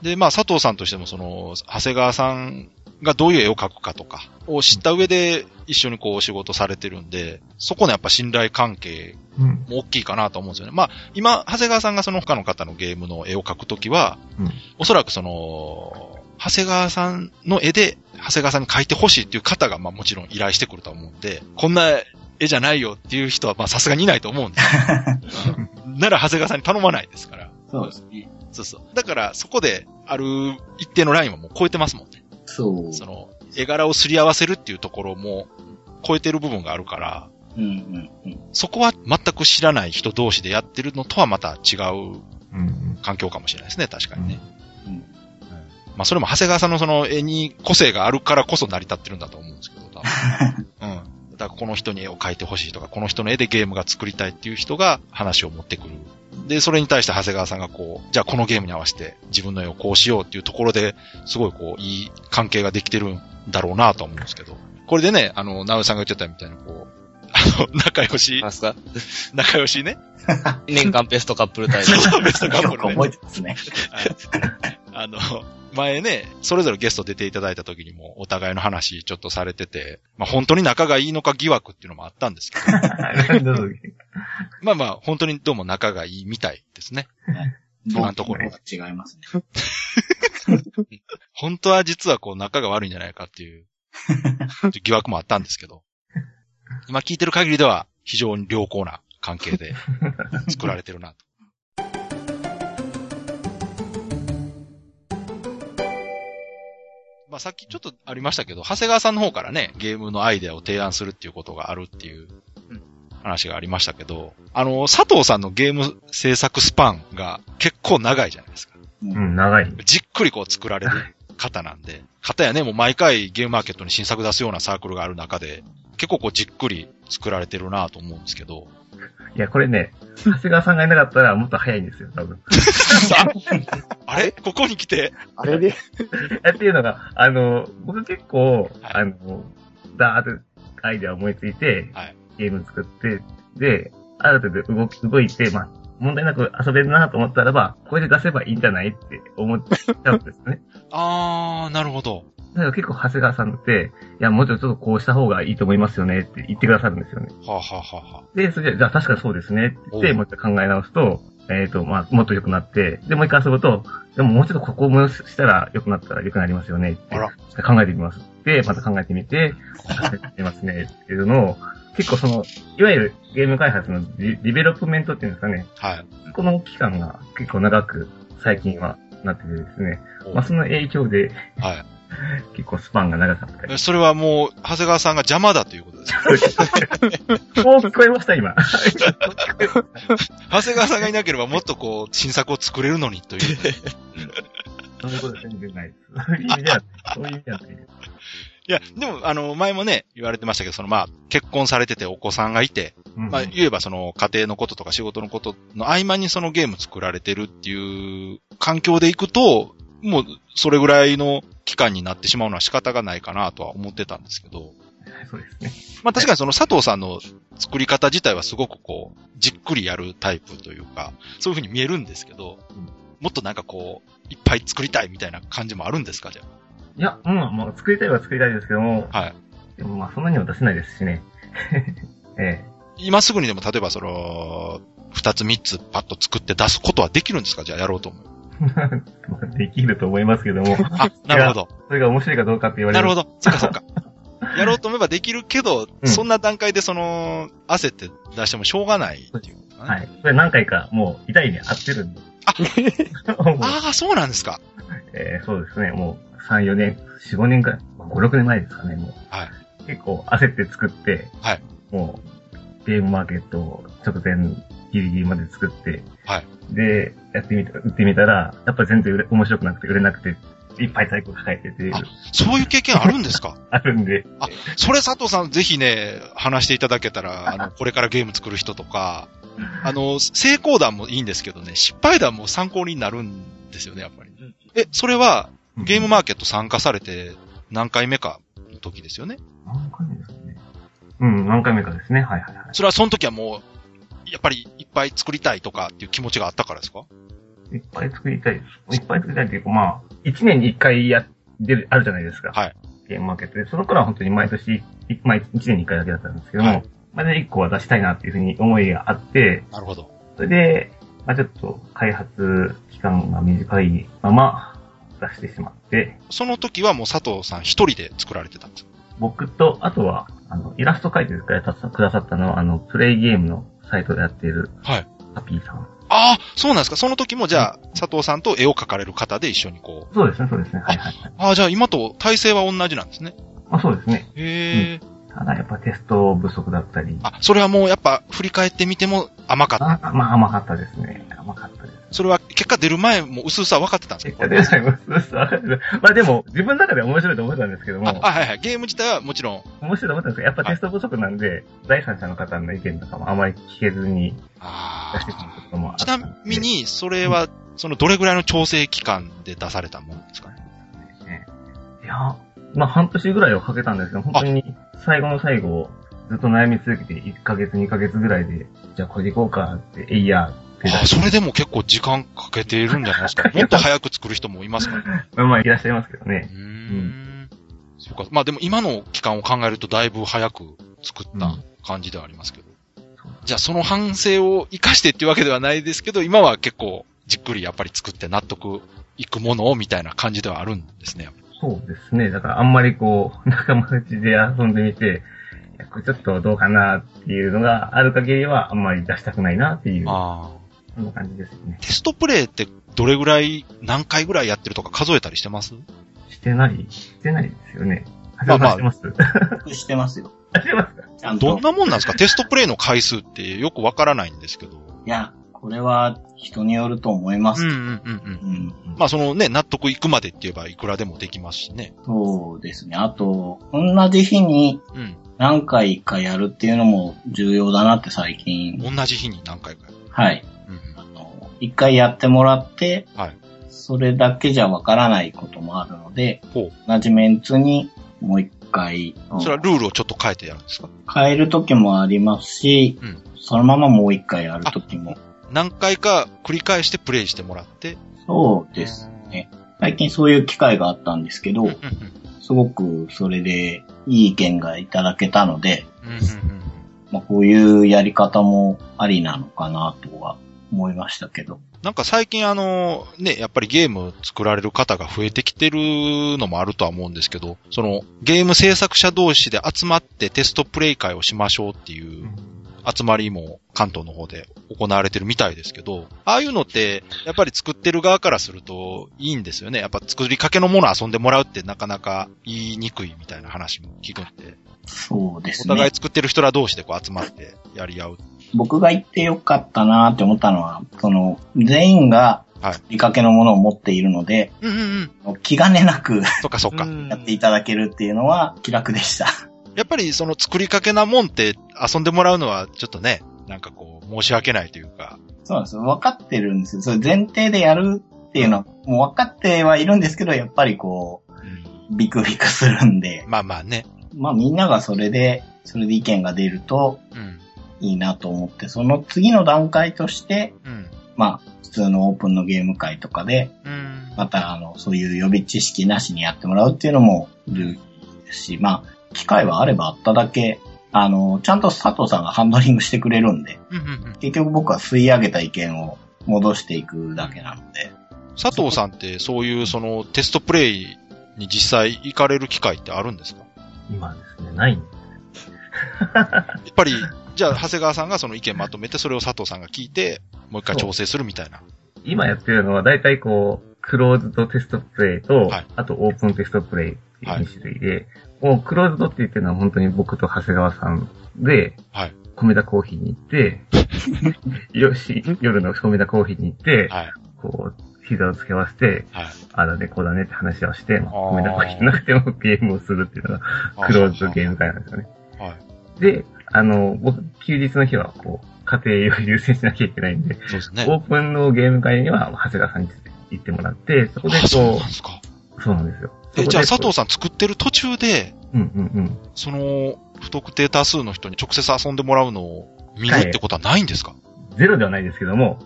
で、まあ、佐藤さんとしても、その、長谷川さんがどういう絵を描くかとかを知った上で一緒にこうお仕事されてるんで、そこのやっぱ信頼関係うん。も大きいかなと思うんですよね。まあ、今、長谷川さんがその他の方のゲームの絵を描くときは、うんおそらくその、長谷川さんの絵で、長谷川さんに描いてほしいっていう方が、まあもちろん依頼してくると思うんで、こんな絵じゃないよっていう人は、まあさすがにいないと思うんですよ うんなら長谷川さんに頼まないですから。そうですね。そうそう。だから、そこで、ある一定のラインはもう超えてますもんね。そう。その、絵柄をすり合わせるっていうところも、超えてる部分があるから、うんうんうん。そこは全く知らない人同士でやってるのとはまた違う うん。環境かもしれないですね、確かにね。うんまあ、それも長谷川さんのその絵に個性があるからこそ成り立ってるんだと思うんですけど、多 分うん。だから、この人に絵を描いてほしいとか、この人の絵でゲームが作りたいっていう人が話を持ってくる。で、それに対して長谷川さんがこう、じゃあこのゲームに合わせて自分の絵をこうしようっていうところで、すごいこう、いい関係ができてるんだろうなとは思うんですけど。これでね、あの、ナウさんが言ってたみたいにこう、あの、仲良しなん、すか仲良しね。年間ベストカップル 大会。ベストカップよルくね覚えてますね。あの、前ね、それぞれゲスト出ていただいた時にもお互いの話ちょっとされてて、まあ本当に仲がいいのか疑惑っていうのもあったんですけど、どうぞ。まあまあ本当にどうも仲がいいみたいですね。今のところ僕違いますね。本当は実はこう仲が悪いんじゃないかっていう疑惑もあったんですけど、今聞いてる限りでは非常に良好な関係で作られてるなと。まあさっきちょっとありましたけど、長谷川さんの方からね、ゲームのアイデアを提案するっていうことがあるっていう話がありましたけど、あの、佐藤さんのゲーム制作スパンが結構長いじゃないですか。うん、長い。じっくりこう作られる方なんで、方やね、もう毎回ゲームマーケットに新作出すようなサークルがある中で、結構こうじっくり作られてるなと思うんですけど。いや、これね、長谷川さんがいなかったらもっと早いんですよ、多分。 あれここに来て、あれで、えっていうのが、あの、僕結構、はいあの、ダーッとアイデア思いついて、はいゲーム作って、で、ある程度動き動いて、まあ、問題なく遊べるなと思ったらば、これで出せばいいんじゃないって思っちゃうんですね。 あー、なるほど。だから結構長谷川さんって、いや、もうちょっとこうした方がいいと思いますよねって言ってくださるんですよね。はあ、はあはあはで、それで、じゃあ確かにそうですねって言っおて、うもう一回考え直すと、えっ、と、まあ、もっと良くなって、で、もう一回遊ぶと、でももうちょっとここを戻したら良くなったら良くなりますよねってあら、考えてみます。で、また考えてみて、 考えてみますねっていうのを、結構その、いわゆるゲーム開発のディディベロップメントっていうんですかね、あ。はい。この期間が結構長く最近はなっててですね、おまあ、その影響では結構スパンが長かったり い。。それはもう、長谷川さんが邪魔だということです。おー、聞こえました今。長谷川さんがいなければもっとこう、新作を作れるのにと いう。そういうこと全然ないです。そういう意味では、そういう意味ではないです。いや、でも、あの、前もね、言われてましたけど、その、まあ、結婚されててお子さんがいて、うんまあ、言えばその家庭のこととか仕事のことの合間にそのゲーム作られてるっていう環境でいくと、もうそれぐらいの期間になってしまうのは仕方がないかなとは思ってたんですけど、そうですね。まあ確かにその佐藤さんの作り方自体はすごくこう、じっくりやるタイプというか、そういうふうに見えるんですけど、もっとなんかこう、いっぱい作りたいみたいな感じもあるんですか、じゃいや、うん、まあ、作りたいは作りたいですけども、あ。はい。でもまあ、そんなには出せないですしね。 ええ。今すぐにでも例えばその、二つ三つパッと作って出すことはできるんですかじゃあやろうと思う。まあできると思いますけ ども、あ、なるほど。それが面白いかどうかって言われなるるほど。ど。そっかそっ か。やろうと思えばできるけど、うんそんな段階でその、焦って出してもしょうがないっていうことかなはい。それ何回かもう痛い目合ってるんで。 もうああ、そうなんですか。ええそうですね。もう3、4年、4、5年くらい、まあ、5、6年前ですかね、もう。はい結構焦って作って、はいもう、ゲームマーケットを直前ギリギリまで作って、はいで、やってみた、売ってみたら、やっぱ全然売れ面白くなくて売れなくて、いっぱい在庫抱えてて、あそういう経験あるんです かあるんで、それ佐藤さんぜひね、話していただけたら、あの、これからゲーム作る人とか、あの、成功談もいいんですけどね、失敗談も参考になるんですよね、やっぱり。え、それは、ゲームマーケット参加されて何回目かの時ですよね。何回目ですかね。うん、何回目かですね。はいはいはい。それはその時はもう、やっぱりいっぱい作りたいとかっていう気持ちがあったからですかいっぱい作りたいです。いっぱい作りたいっていうか、まあ、1年に1回やってる、あるじゃないですか。はい。ゲームマーケットで、その頃は本当に毎年、いまあ、1年に1回だけだったんですけども、はいまだ1個は出したいなっていうふうに思いがあって、なるほど。それで、まあちょっと開発期間が短いまま出してしまって、その時はもう佐藤さん一人で作られてたんですか僕と、あとは、あの、イラスト描いてくださったのは、あの、プレイゲームのサイトでやっている、はい。ハピーさん。ああ、そうなんですか。その時もじゃあ、佐藤さんと絵を描かれる方で一緒にこう。そうですね、そうですね。はいはいはい。ああ、じゃあ今と体制は同じなんですね。まあそうですね。へえ。ただやっぱテスト不足だったり、あ、それはもうやっぱ振り返ってみても甘かった。あまあ甘かったですね。甘かったです。それは結果出る前も薄々は分かってたんです結か果出ないもそうそうわかんないまあでも、自分の中では面白いと思ってたんですけども、あ、あはいはい。ゲーム自体はもちろん。面白いと思ったんですけど、やっぱテスト不足なんで、第三者の方の意見とかもあまり聞けずに出してしまあうこともああ。ったちんなで。みに、それは、そのどれぐらいの調整期間で出されたものですかねいや、まあ半年ぐらいはかけたんですけど、本当に最後の最後、ずっと悩み続けて1ヶ月2ヶ月ぐらいで、じゃあこれでいこうかって、えいや、って出あ、しそれでも結構時間かけているんじゃない ですか。もっと早く作る人もいますからね。まあまあいらっしゃいますけどうね。ーん。そうか。まあでも今の期間を考えるとだいぶ早く作った感じではありますけど。じゃあその反省を活かしてっていうわけではないですけど、今は結構じっくりやっぱり作って納得いくものをみたいな感じではあるんですね。そうですね。だからあんまりこう、 仲間内で遊んでみて、いやこれちょっとどうかなっていうのがある限りはあんまり出したくないなっていう、ああ。そんな感じですよね。テストプレイってどれぐらい、何回ぐらいやってるとか数えたりしてますしてないしてないですよね。まあまあしてます、 僕してますよ。してますかちゃんどとん。なもんなんですかテストプレイの回数ってよくわからないんですけど。いや、これは人によると思いまうんすうけど。んうんうん。うんまあそのね、納得いくまでって言えばいくらでもできますしね。そうですね。あと、同じ日にうん。何回かやるっていうのも重要だなって最近。同じ日に何回かやる。はい。うんうんあの一回やってもらって、はいそれだけじゃわからないこともあるので、ほ同じメンツにもう一回、う。それはルールをちょっと変えてやるんですか変える時もありますし、うんそのままもう一回やる時も。何回か繰り返してプレイしてもらって。そうですね。最近そういう機会があったんですけど、うんうんすごくそれでいい意見がいただけたので、うんうんうんまあ、こういうやり方もありなのかなとは思いましたけど。なんか最近あの、ね、やっぱりゲーム作られる方が増えてきてるのもあるとは思うんですけど、そのゲーム制作者同士で集まってテストプレイ会をしましょうっていう集まりも関東の方で行われてるみたいですけど、ああいうのってやっぱり作ってる側からするといいんですよね。やっぱ作りかけのものを遊んでもらうってなかなか言いにくいみたいな話も聞くんで、そうでおす互ねい。作ってる人ら同士でこう集まってやり合う。僕が行ってよかったなって思ったのは、その、全員がはい作りかけのものを持っているので、うんうんうん。気兼ねなくそっかそっか。やっていただけるっていうのは 気楽でした。やっぱりその作りかけなもんって遊んでもらうのはちょっとね、なんかこう、申し訳ないというか。そうなんですよ。分かってるんですよ。それ前提でやるっていうのは、もう分かってはいるんですけど、やっぱりこう、ビクビクするんで、まあまあね。まあみんながそれで、それで意見が出るとうん。いいなと思って、その次の段階として、うん。まあ、普通のオープンのゲーム会とかで、うん。また、あの、そういう予備知識なしにやってもらうっていうのも、るし、まあ、機会はあればあっただけ、あの、ちゃんと佐藤さんがハンドリングしてくれるんで、うんうんうん結局僕は吸い上げた意見を戻していくだけなので、佐藤さんってそういうそのテストプレイに実際行かれる機会ってあるんですか今ですね、ないんですやっぱり、じゃあ長谷川さんがその意見まとめてそれを佐藤さんが聞いて、もう一回調整するみたいな。今やってるのは大体こう、クローズドテストプレイと、はいあとオープンテストプレイっていうはい2種類で、もうクローズドって言ってるのは本当に僕と長谷川さんで、はい米田コーヒーに 行って、よし、夜の米田コーヒーに行って、はい。こう、膝をつけ合わせて、はい。あだね、こうだねって話をして、ー米田コーヒーなくてもゲームをするっていうのが、クローズドゲーム会なんですよね。はで、あの、僕、休日の日はこう、家庭を優先しなきゃいけないんで、そうですね。オープンのゲーム会には、長谷川さんに行ってもらって、そこであそうなこんですか。う、そうなんですよ。え、じゃあ佐そこで藤さん作ってる途中で、うんうんうん。その、不特定多数の人に直接遊んでもらうのを見るってことはないんですか、ゼロではないですけども、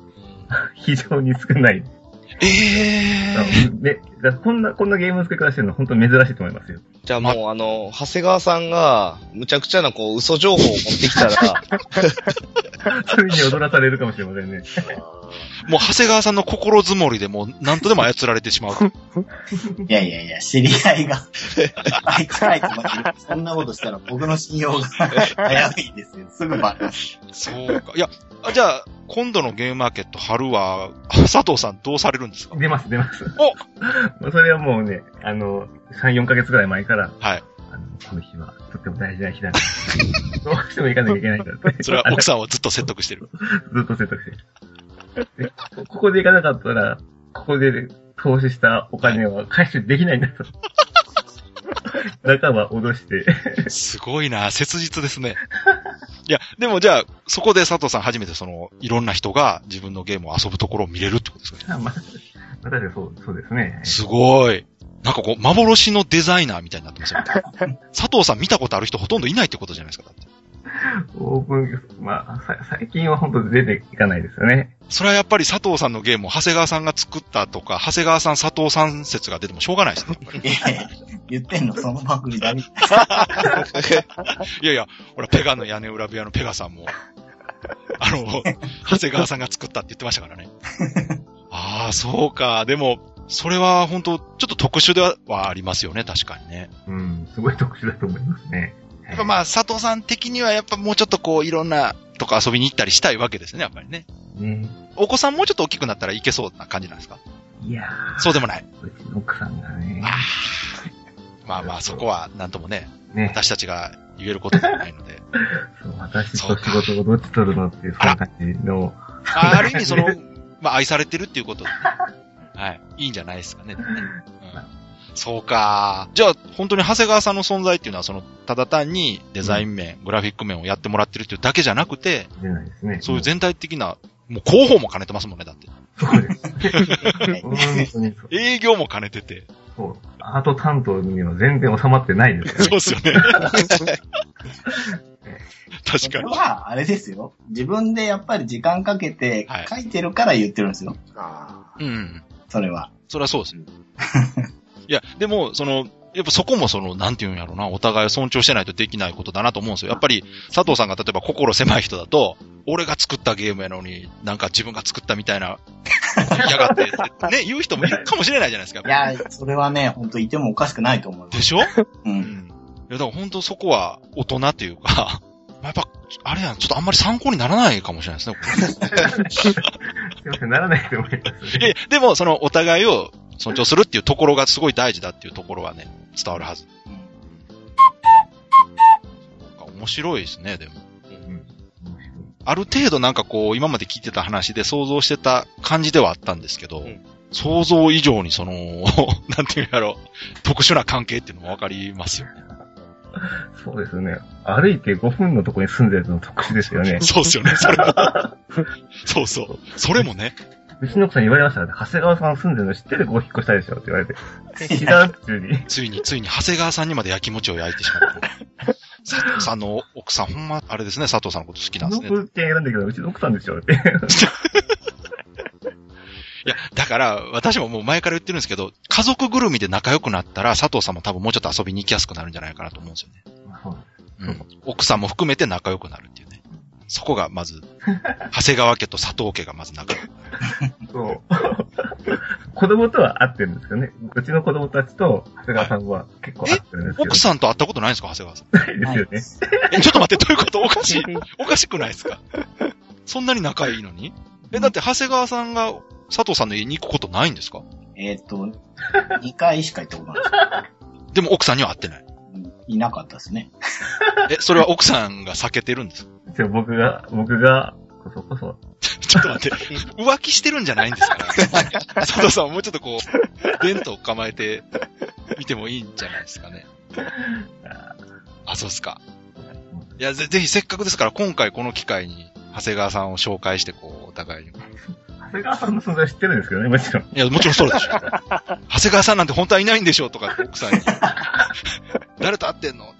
非常に 少ない。ええあのね、だからこんな、こんなゲームの作り方してるの本当に珍しいと思いますよ。じゃあもう、あの、長谷川さんが、むちゃくちゃな、こう、嘘情報を持ってきた ら、それに踊らされるかもしれませんね。もう長谷川さんの心づもりでもう何とでも操られてしまう。いやいやいや、知り合いが、あいつらいつまで、そんなことしたら僕の信用が危いんですよ。すぐバレます。そうか。いや、あじゃあ、今度のゲームマーケット春は、 佐藤さんどうされるんですか出ます、出 ます。それはもうね、あの、3、4ヶ月ぐらい前から、はい。あの、この日はとっても大事な日なんだ。 どうしても行かなきゃいけないんだって。 それは奥さんをずっと説得してる。ずっと選択肢。でこ ここで行かなかったら、ここで投資したお金は回収できないんだと。 仲間脅して。 すごいな、切実ですね。いや、でもじゃあ、そこで佐藤さん初めてその、いろんな人が自分のゲームを遊ぶところを見れるってことですかね。まあ、まあ確かにそう、そうですね。すごい。なんかこう、幻のデザイナーみたいになってますよ。佐藤さん見たことある人ほとんどいないってことじゃないですか。だってオープン、まあ、さ最近は本当出ていかないですよね。それはやっぱり佐藤さんのゲームを長谷川さんが作ったとか、長谷川さん佐藤さん説が出てもしょうがないですね。やっぱりいやいや言って んの、その番組だみたいいやいや、ほら、ペガの屋根裏部屋のペガさんも、あの、長谷川さんが作ったって言ってましたからね。ああ、そうか。でも、それは本当ちょっと特殊ではありますよね、確かにね。うん、すごい特殊だと思いますね。やっぱまあ、佐藤さん的にはやっぱもうちょっとこう、いろんなとか遊びに行ったりしたいわけですね、やっぱりね。ね。お子さんもうちょっと大きくなったらいけそうな感じなんですかいやそうでもない。ー、うちの奥さんがね、あーまあまあ、そこはなんともね、ね、私たちが言えることではないので。そう私と仕事をどっち取るのっていう、そんな感じの、あある意味そ の、まあ愛されてるっていう ことでね、はい。いいんじゃないですかね。うんそうか。じゃあ、本当に長谷川さんの存在っていうのは、その、ただ単にデザイン面、グラフィック面をやってもらってるっていうだけじゃなくて、出ないですね。そういう全体的な、もう広報も兼ねてますもんね、だって。そう です。本な。当にそう営業も兼ねてて。そう。アート担当には全然収まってな いですよそうね。ですよね。 確そかれに。は、あれですよ。自分でやっぱり時間かけてはい書いてるから言ってるんですよ。あうん。それは。それはそうです。いや、でも、その、やっぱそこもその、なんていうんやろうな、お互いを尊重してないとできないことだなと思うんですよ。やっぱり、佐藤さんが例えば心狭い人だと、俺が作ったゲームやのに、なんか自分が作ったみたいな、嫌がっ て、ね、言う人もいるかもしれないじゃないですか。いや、それはね、ほんといてもおかしくないと思いま。ですしょう。うんん。いや、だから本当そこは、大人っていうか、まあやっぱ、あれやん、ちょっとあんまり参考にならないかもしれないですね。すいません、ならないと思いま すいやね。いやでも、その、お互いを尊重するっていうところがすごい大事だっていうところはね、伝わるはず。そうか面白いですね、でも。ある程度なんかこう、今まで聞いてた話で想像してた感じではあったんですけど、ん想像以上にその、 なんていうんやろう、特殊な関係っていうのもわかりますよね。そうですね。歩いて5分のとこに住んでるの特殊ですよ ね。そうですよね、それも。そうそう。それもね。うちの奥さんに言われましたから、長谷川さん住んでるの知ってる子引っ越したでしょって言われ て。知らん、普通に。ついに、ついに、長谷川さんにまで焼き餅を焼いてしまった。佐藤さんの奥さん、ほんま、あれですね、佐藤さんのこと好きなんこでの すね。物件選んだけど、うちの奥さんでし ょって。いや、だから、私ももう前から言ってるんですけど、家族ぐるみで仲良くなったら、佐藤さんも多分もうちょっと遊びに行きやすくなるんじゃないかなと思うんですよね。まあそううん、奥さんも含めて仲良くなるっていうね。そこがま ず、長谷川家と佐藤家がまず仲良くなる。そう。子供とは会ってるんですよね。うちの子供たちと長谷川さんは結構会ってるんですけど。奥さんと会ったことないんですか、長谷川さん。ないですよね。え、ちょっと待って、どういうことおか しい。おかしくないですかそんなに仲いいのにえ、だって長谷川さんが佐藤さんの家に行くことないんですかえっと、2回しか行ったことないですでも奥さんには会ってない。うん。いなかったですね。え、それは奥さんが避けてるんですかじゃあ僕が、僕が、こそこそ、ちょっと 待って、浮気してるんじゃないんですから。佐藤さんはもうちょっとこう、弁当構えて見てもいいんじゃないですかね。あ、そうっすか。いや、ぜ、ぜひせっかくですから、今回この機会に、長谷川さんを紹介して、こう、お互いに。長長谷川さんの存在知ってるんですけどね、もちろん。いや、もちろんそうで しょ。長谷川さんなんて本当はいないんでしょとか、奥さん に。誰と会ってん の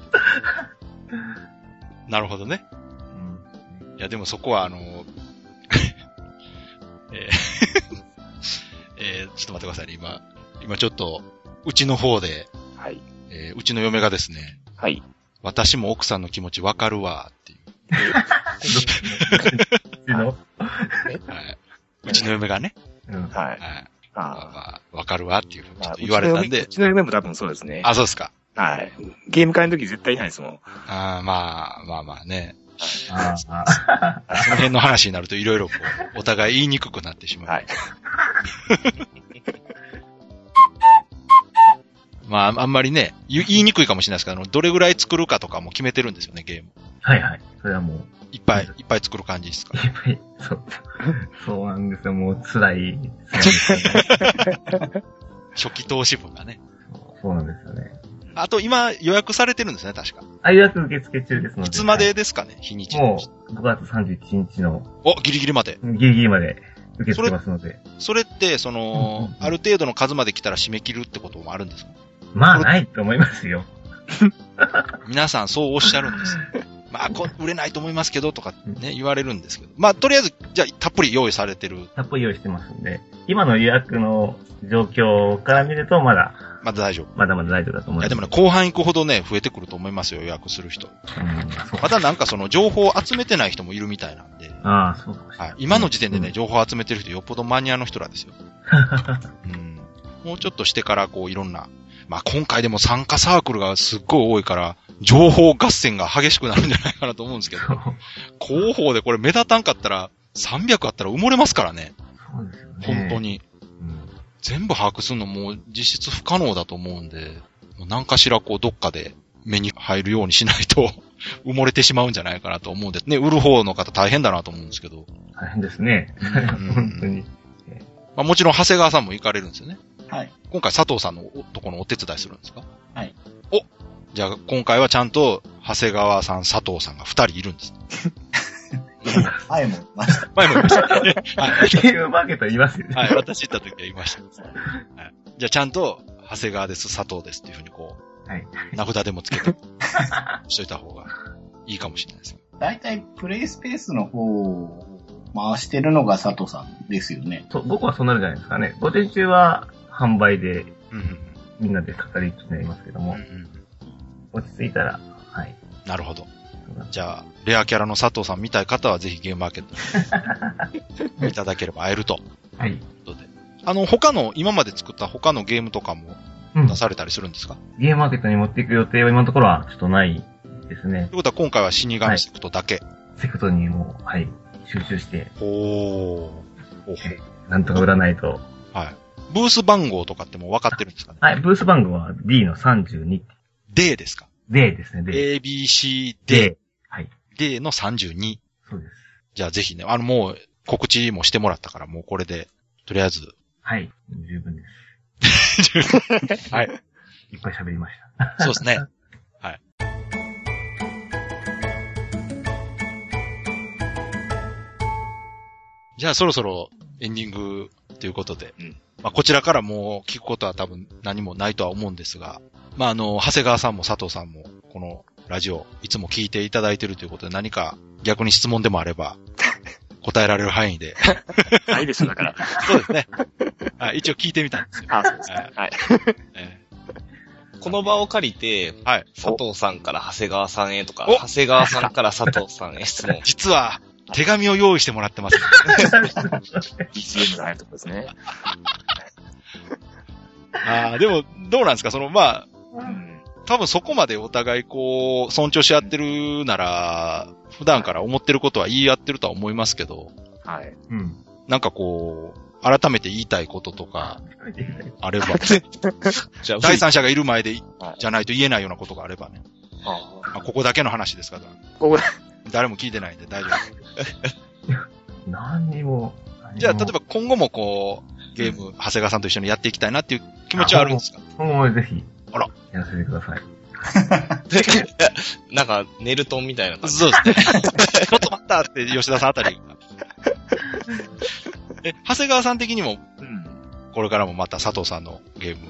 なるほどね。いや、でもそこは、あの、 えー えーちょっと待ってくださいね。今、今ちょっと、うちの方で、はい。えーうちの嫁がですね、はい。私も奥さんの気持ちわかるわ、っていう。うちの。はい。うちの嫁がね、 うん。はい。はい。あまあまあわかるわっていうふうにあちょっと言われたんうで、ちの夢も多分そうですね。あ、そうですか。はい。ゲーム会の時絶対いないですもん。あーまあ、まあまあね。ああ、その辺の話になるといろいろこう、お互い言いにくくなってしまう。はい。 まあ、あんまりね、言言いにくいかもしれないですけど、あのどれぐらい作るかとかも決めてるんですよね、ゲーム。はいはい。それはもう、いっぱい、いっぱい作る感じですか。いっぱい、そう、そうなんですよ。もう辛い。辛いですよね 初期投資分がね。そうなんですよね。あと今予約されてるんですね、確か。あ、予約受付中ですので。いつまでですかね、日にち。もう、5月31日のお、ギリギリまで。ギリギリまで受け付けますので。それって、そのうんうん、うんある程度の数まで来たら締め切るってこともあるんですかまあ、ないと思いますよ。皆さんそうおっしゃるんです。まあこ、売れないと思いますけど、とかね、言われるんですけど。まあ、とりあえず、じゃあ、たっぷり用意されてる。たっぷり用意してますんで。今の予約の状況から見ると、まだ、まだ大丈夫。まだまだ大丈夫だと思いいまや、す。でもね、後半行くほどね、増えてくると思いますよ、予約する人。うん、そうまたなんかその、情報を集めてない人もいるみたいなんで。ああ、そうかもしれはないい、今の時点でうね、ん情報を集めてる人、よっぽどマニアの人らですよ。 うん、もうちょっとしてから、こう、いろんな、まあ、今回でも参加サークルがすっごい多いから、情報合戦が激しくなるんじゃないかなと思うんですけど、そう広報でこれ目立たんかったら、300あったら埋もれますからね、そうですよね。本当。に。うん、全部把握するのもう実質不可能だと思うんで、もう何かしらこう、どっかで目に入るようにしないと、 埋もれてしまうんじゃないかなと思うんで、ね、売る方の方大変だなと思うんですけど、大変ですね。ん 本当に。まあ、もちろん長谷川さんも行かれるんですよね。はい。今回佐藤さんのおとこのお手伝いするんですかはい。おじゃあ今回はちゃんと長谷川さん、佐藤さんが二人いるんです。前も言い ました。前も言いました、 ね。はい。ゲームマーケットいますよね。はい、私行った時は言いました。はい、じゃあちゃんと長谷川です、佐藤ですっていうふうにこう、はい名札でもつけて、しといた方がいいかもしれないです。大体プレイスペースの方を回してるのが佐藤さんですよね。そう午後はそうなるじゃないですかね。午前中は販売でうんうんみんなで語り口になりますけどうんうもん、うん落ち着いたら、はい。なるほど。じゃあ、レアキャラの佐藤さん見たい方はぜひゲームマーケットに いただければ会えると。はい。ということで。あの、他の、今まで作った他のゲームとかもうん出。されたりするんですか、ゲームマーケットに持っていく予定は今のところはちょっとないですとねい。うことは今回は死神セクトだけ。セクトにも、はい、集中して、おーおほなんとか売らないと。はい。ブース番号とかってもう分かってるんですかねはい、ブース番号は D の32。 ?D ですか D ですね、D。 ?A, B, C, D。はい。 D の32。そうです。じゃあぜひね、あのもう告知もしてもらったからもうこれで、とりあえ ず。はい、十分です。はい。いっぱい喋りました。そうですね。はい。じゃあそろそろエンディングということで、うんまあこちらからもう聞くことは多分何もないとは思うんですが、まああの、長谷川さんも佐藤さんもこのラジオいつも聞いていただいているということで何か逆に質問でもあれ ば答えられる範囲で。ないでしょ、だから。そうですね。 はい一応聞いてみたんですよ。あ、そうですか。はい。ええこの場を借りて、はい。佐藤さんから長谷川さんへとかお、。長谷川さんから佐藤さんへ質問実は手紙を用意してもらっ てます。 BGM が入るとこですね。ああ、でも、どうなんですかその、まあ、うん。多分そこまでお互いこう、尊重し合ってるなら、普段から思ってることは言い合ってるとは思いますけど、はい。 うん。なんかこう、改めて言いたいこととか、あ れば、じゃあ、第三者がいる前で、はいじゃないと言えないようなことがあればね。あまあ、ここだけの話ですから、ここ誰も聞いてないんで大丈夫。何にも。じゃあ、例えば今後もこう、ゲーム、長谷川さんと一緒にやっていきたいなっていう気持ちはあるんですかば、もうぜひ、あら、やらせてください。 なんか、ネルトンみ たいな感じ。そうですね。ちょっと待ったって吉田さんあたりが。え、長谷川さん的にも、うん。これからもまた佐藤さんのゲーム、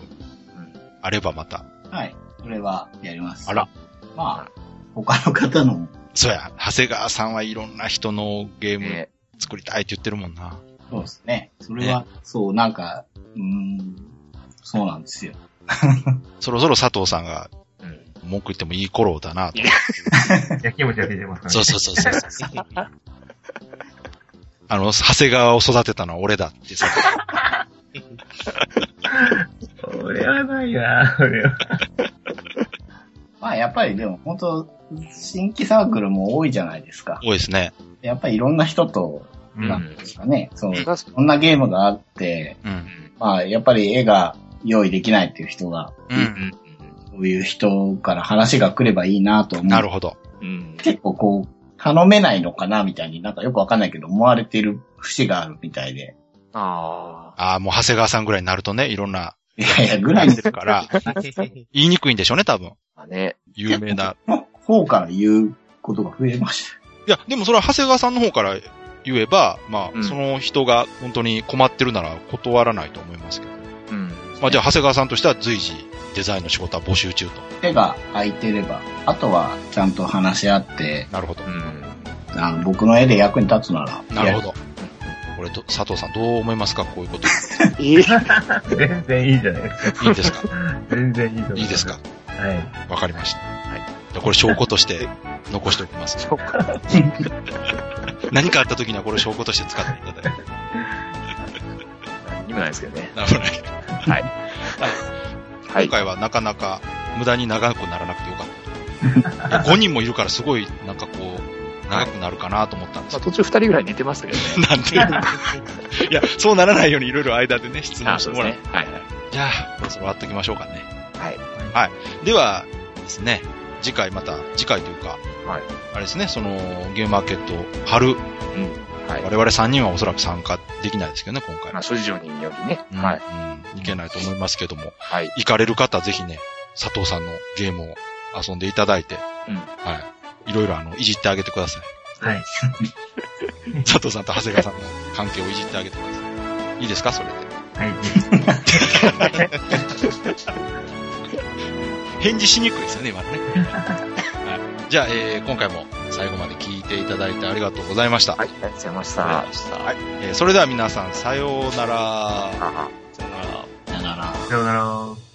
あればまた。はい。これはやります。あら。まあ、他の方のもそうや、長谷川さんはいろんな人のゲームね作りたいって言ってるもんな。そうですね。それは、そう、なんか、うーん、そうなんですよ。そろそろ佐藤さんがうん文句言ってもいい頃だなと。焼き餅が出てますからね。そうそうそうそう。あの、長谷川を育てたのは俺だってさ。それはないな、それは。まあ、やっぱりでも、本当新規サークルも多いじゃないですか。多いですね。やっぱりいろんな人と、うなんん。ていうんですかね、そう、い確かろんなゲームがあって、うん。まあ、やっぱり絵が用意できないっていう人が、うん。にそういう人から話が来ればいいなと思う。なるほど。うん。結構こう、頼めないのかなみたいになんかよくわかんないけど思われてる節があるみたいで。あああ、もう長谷川さんぐらいになるとね、いろんな、いやいや、ぐらいやってにる から、啊言いにくいんでしょうね、多分。あ。ね。有名な。の 方から言うことが増えました。いや、でもそれは長谷川さんの方から言えば、まうあ、んその人が本当に困ってるなら断らないと思いますけど。うん。まあ、じゃあ長谷川さんとしては随時デザインの仕事は募集中と。手が空いてれば、あとはちゃんと話し合って、なるほど。あの僕の絵で役に立つなら。なるほど。ど。これと、佐藤さんどう思いますかこういうこと。え全然いいじゃないですか。いいですか 全然いいと思いいですかはい。わかりました。はい。これ証拠として残しておきます。そっか。 何かあった時にはこれ証拠として使っていただいて。何にもないですけどね。なるほどね。はい。は今い。回はなかなか無駄に長くならなくてよかった。5人もいるからすごい、なんかこう、長くなるかなと思ったんですまあけ途中二人ぐらい寝てました けどね。ど。なんで。いや、そうならないようにいろいろ間でね、質問してそうもですらねう。。はい。じゃあ、そろそろ終わっておきましょうかね。はい。ではですね、次回また、次回というか、はいあれですね、その、ゲームマーケット、春、はい。我々3人はおそらく参加できないですけどね、今回ま。あ、諸事情によりね。うんはい。。うん。いけないと思いますけども、はい。行かれる方はぜひね、佐藤さんのゲームを遊んでいただいて、うんはい。いろいろあの、いじってあげてください。はい。佐藤さんと長谷川さんの関係をいじってあげてください。いいですかそれで。はい。返事しにくいですよ ね、今のね。はい。じゃあ、えー今回も最後まで聞いていただいてありがとうございました。はい。ありがとうございました。はい。えーそれでは皆さん、さようなら。ああさよならだから、さようなら。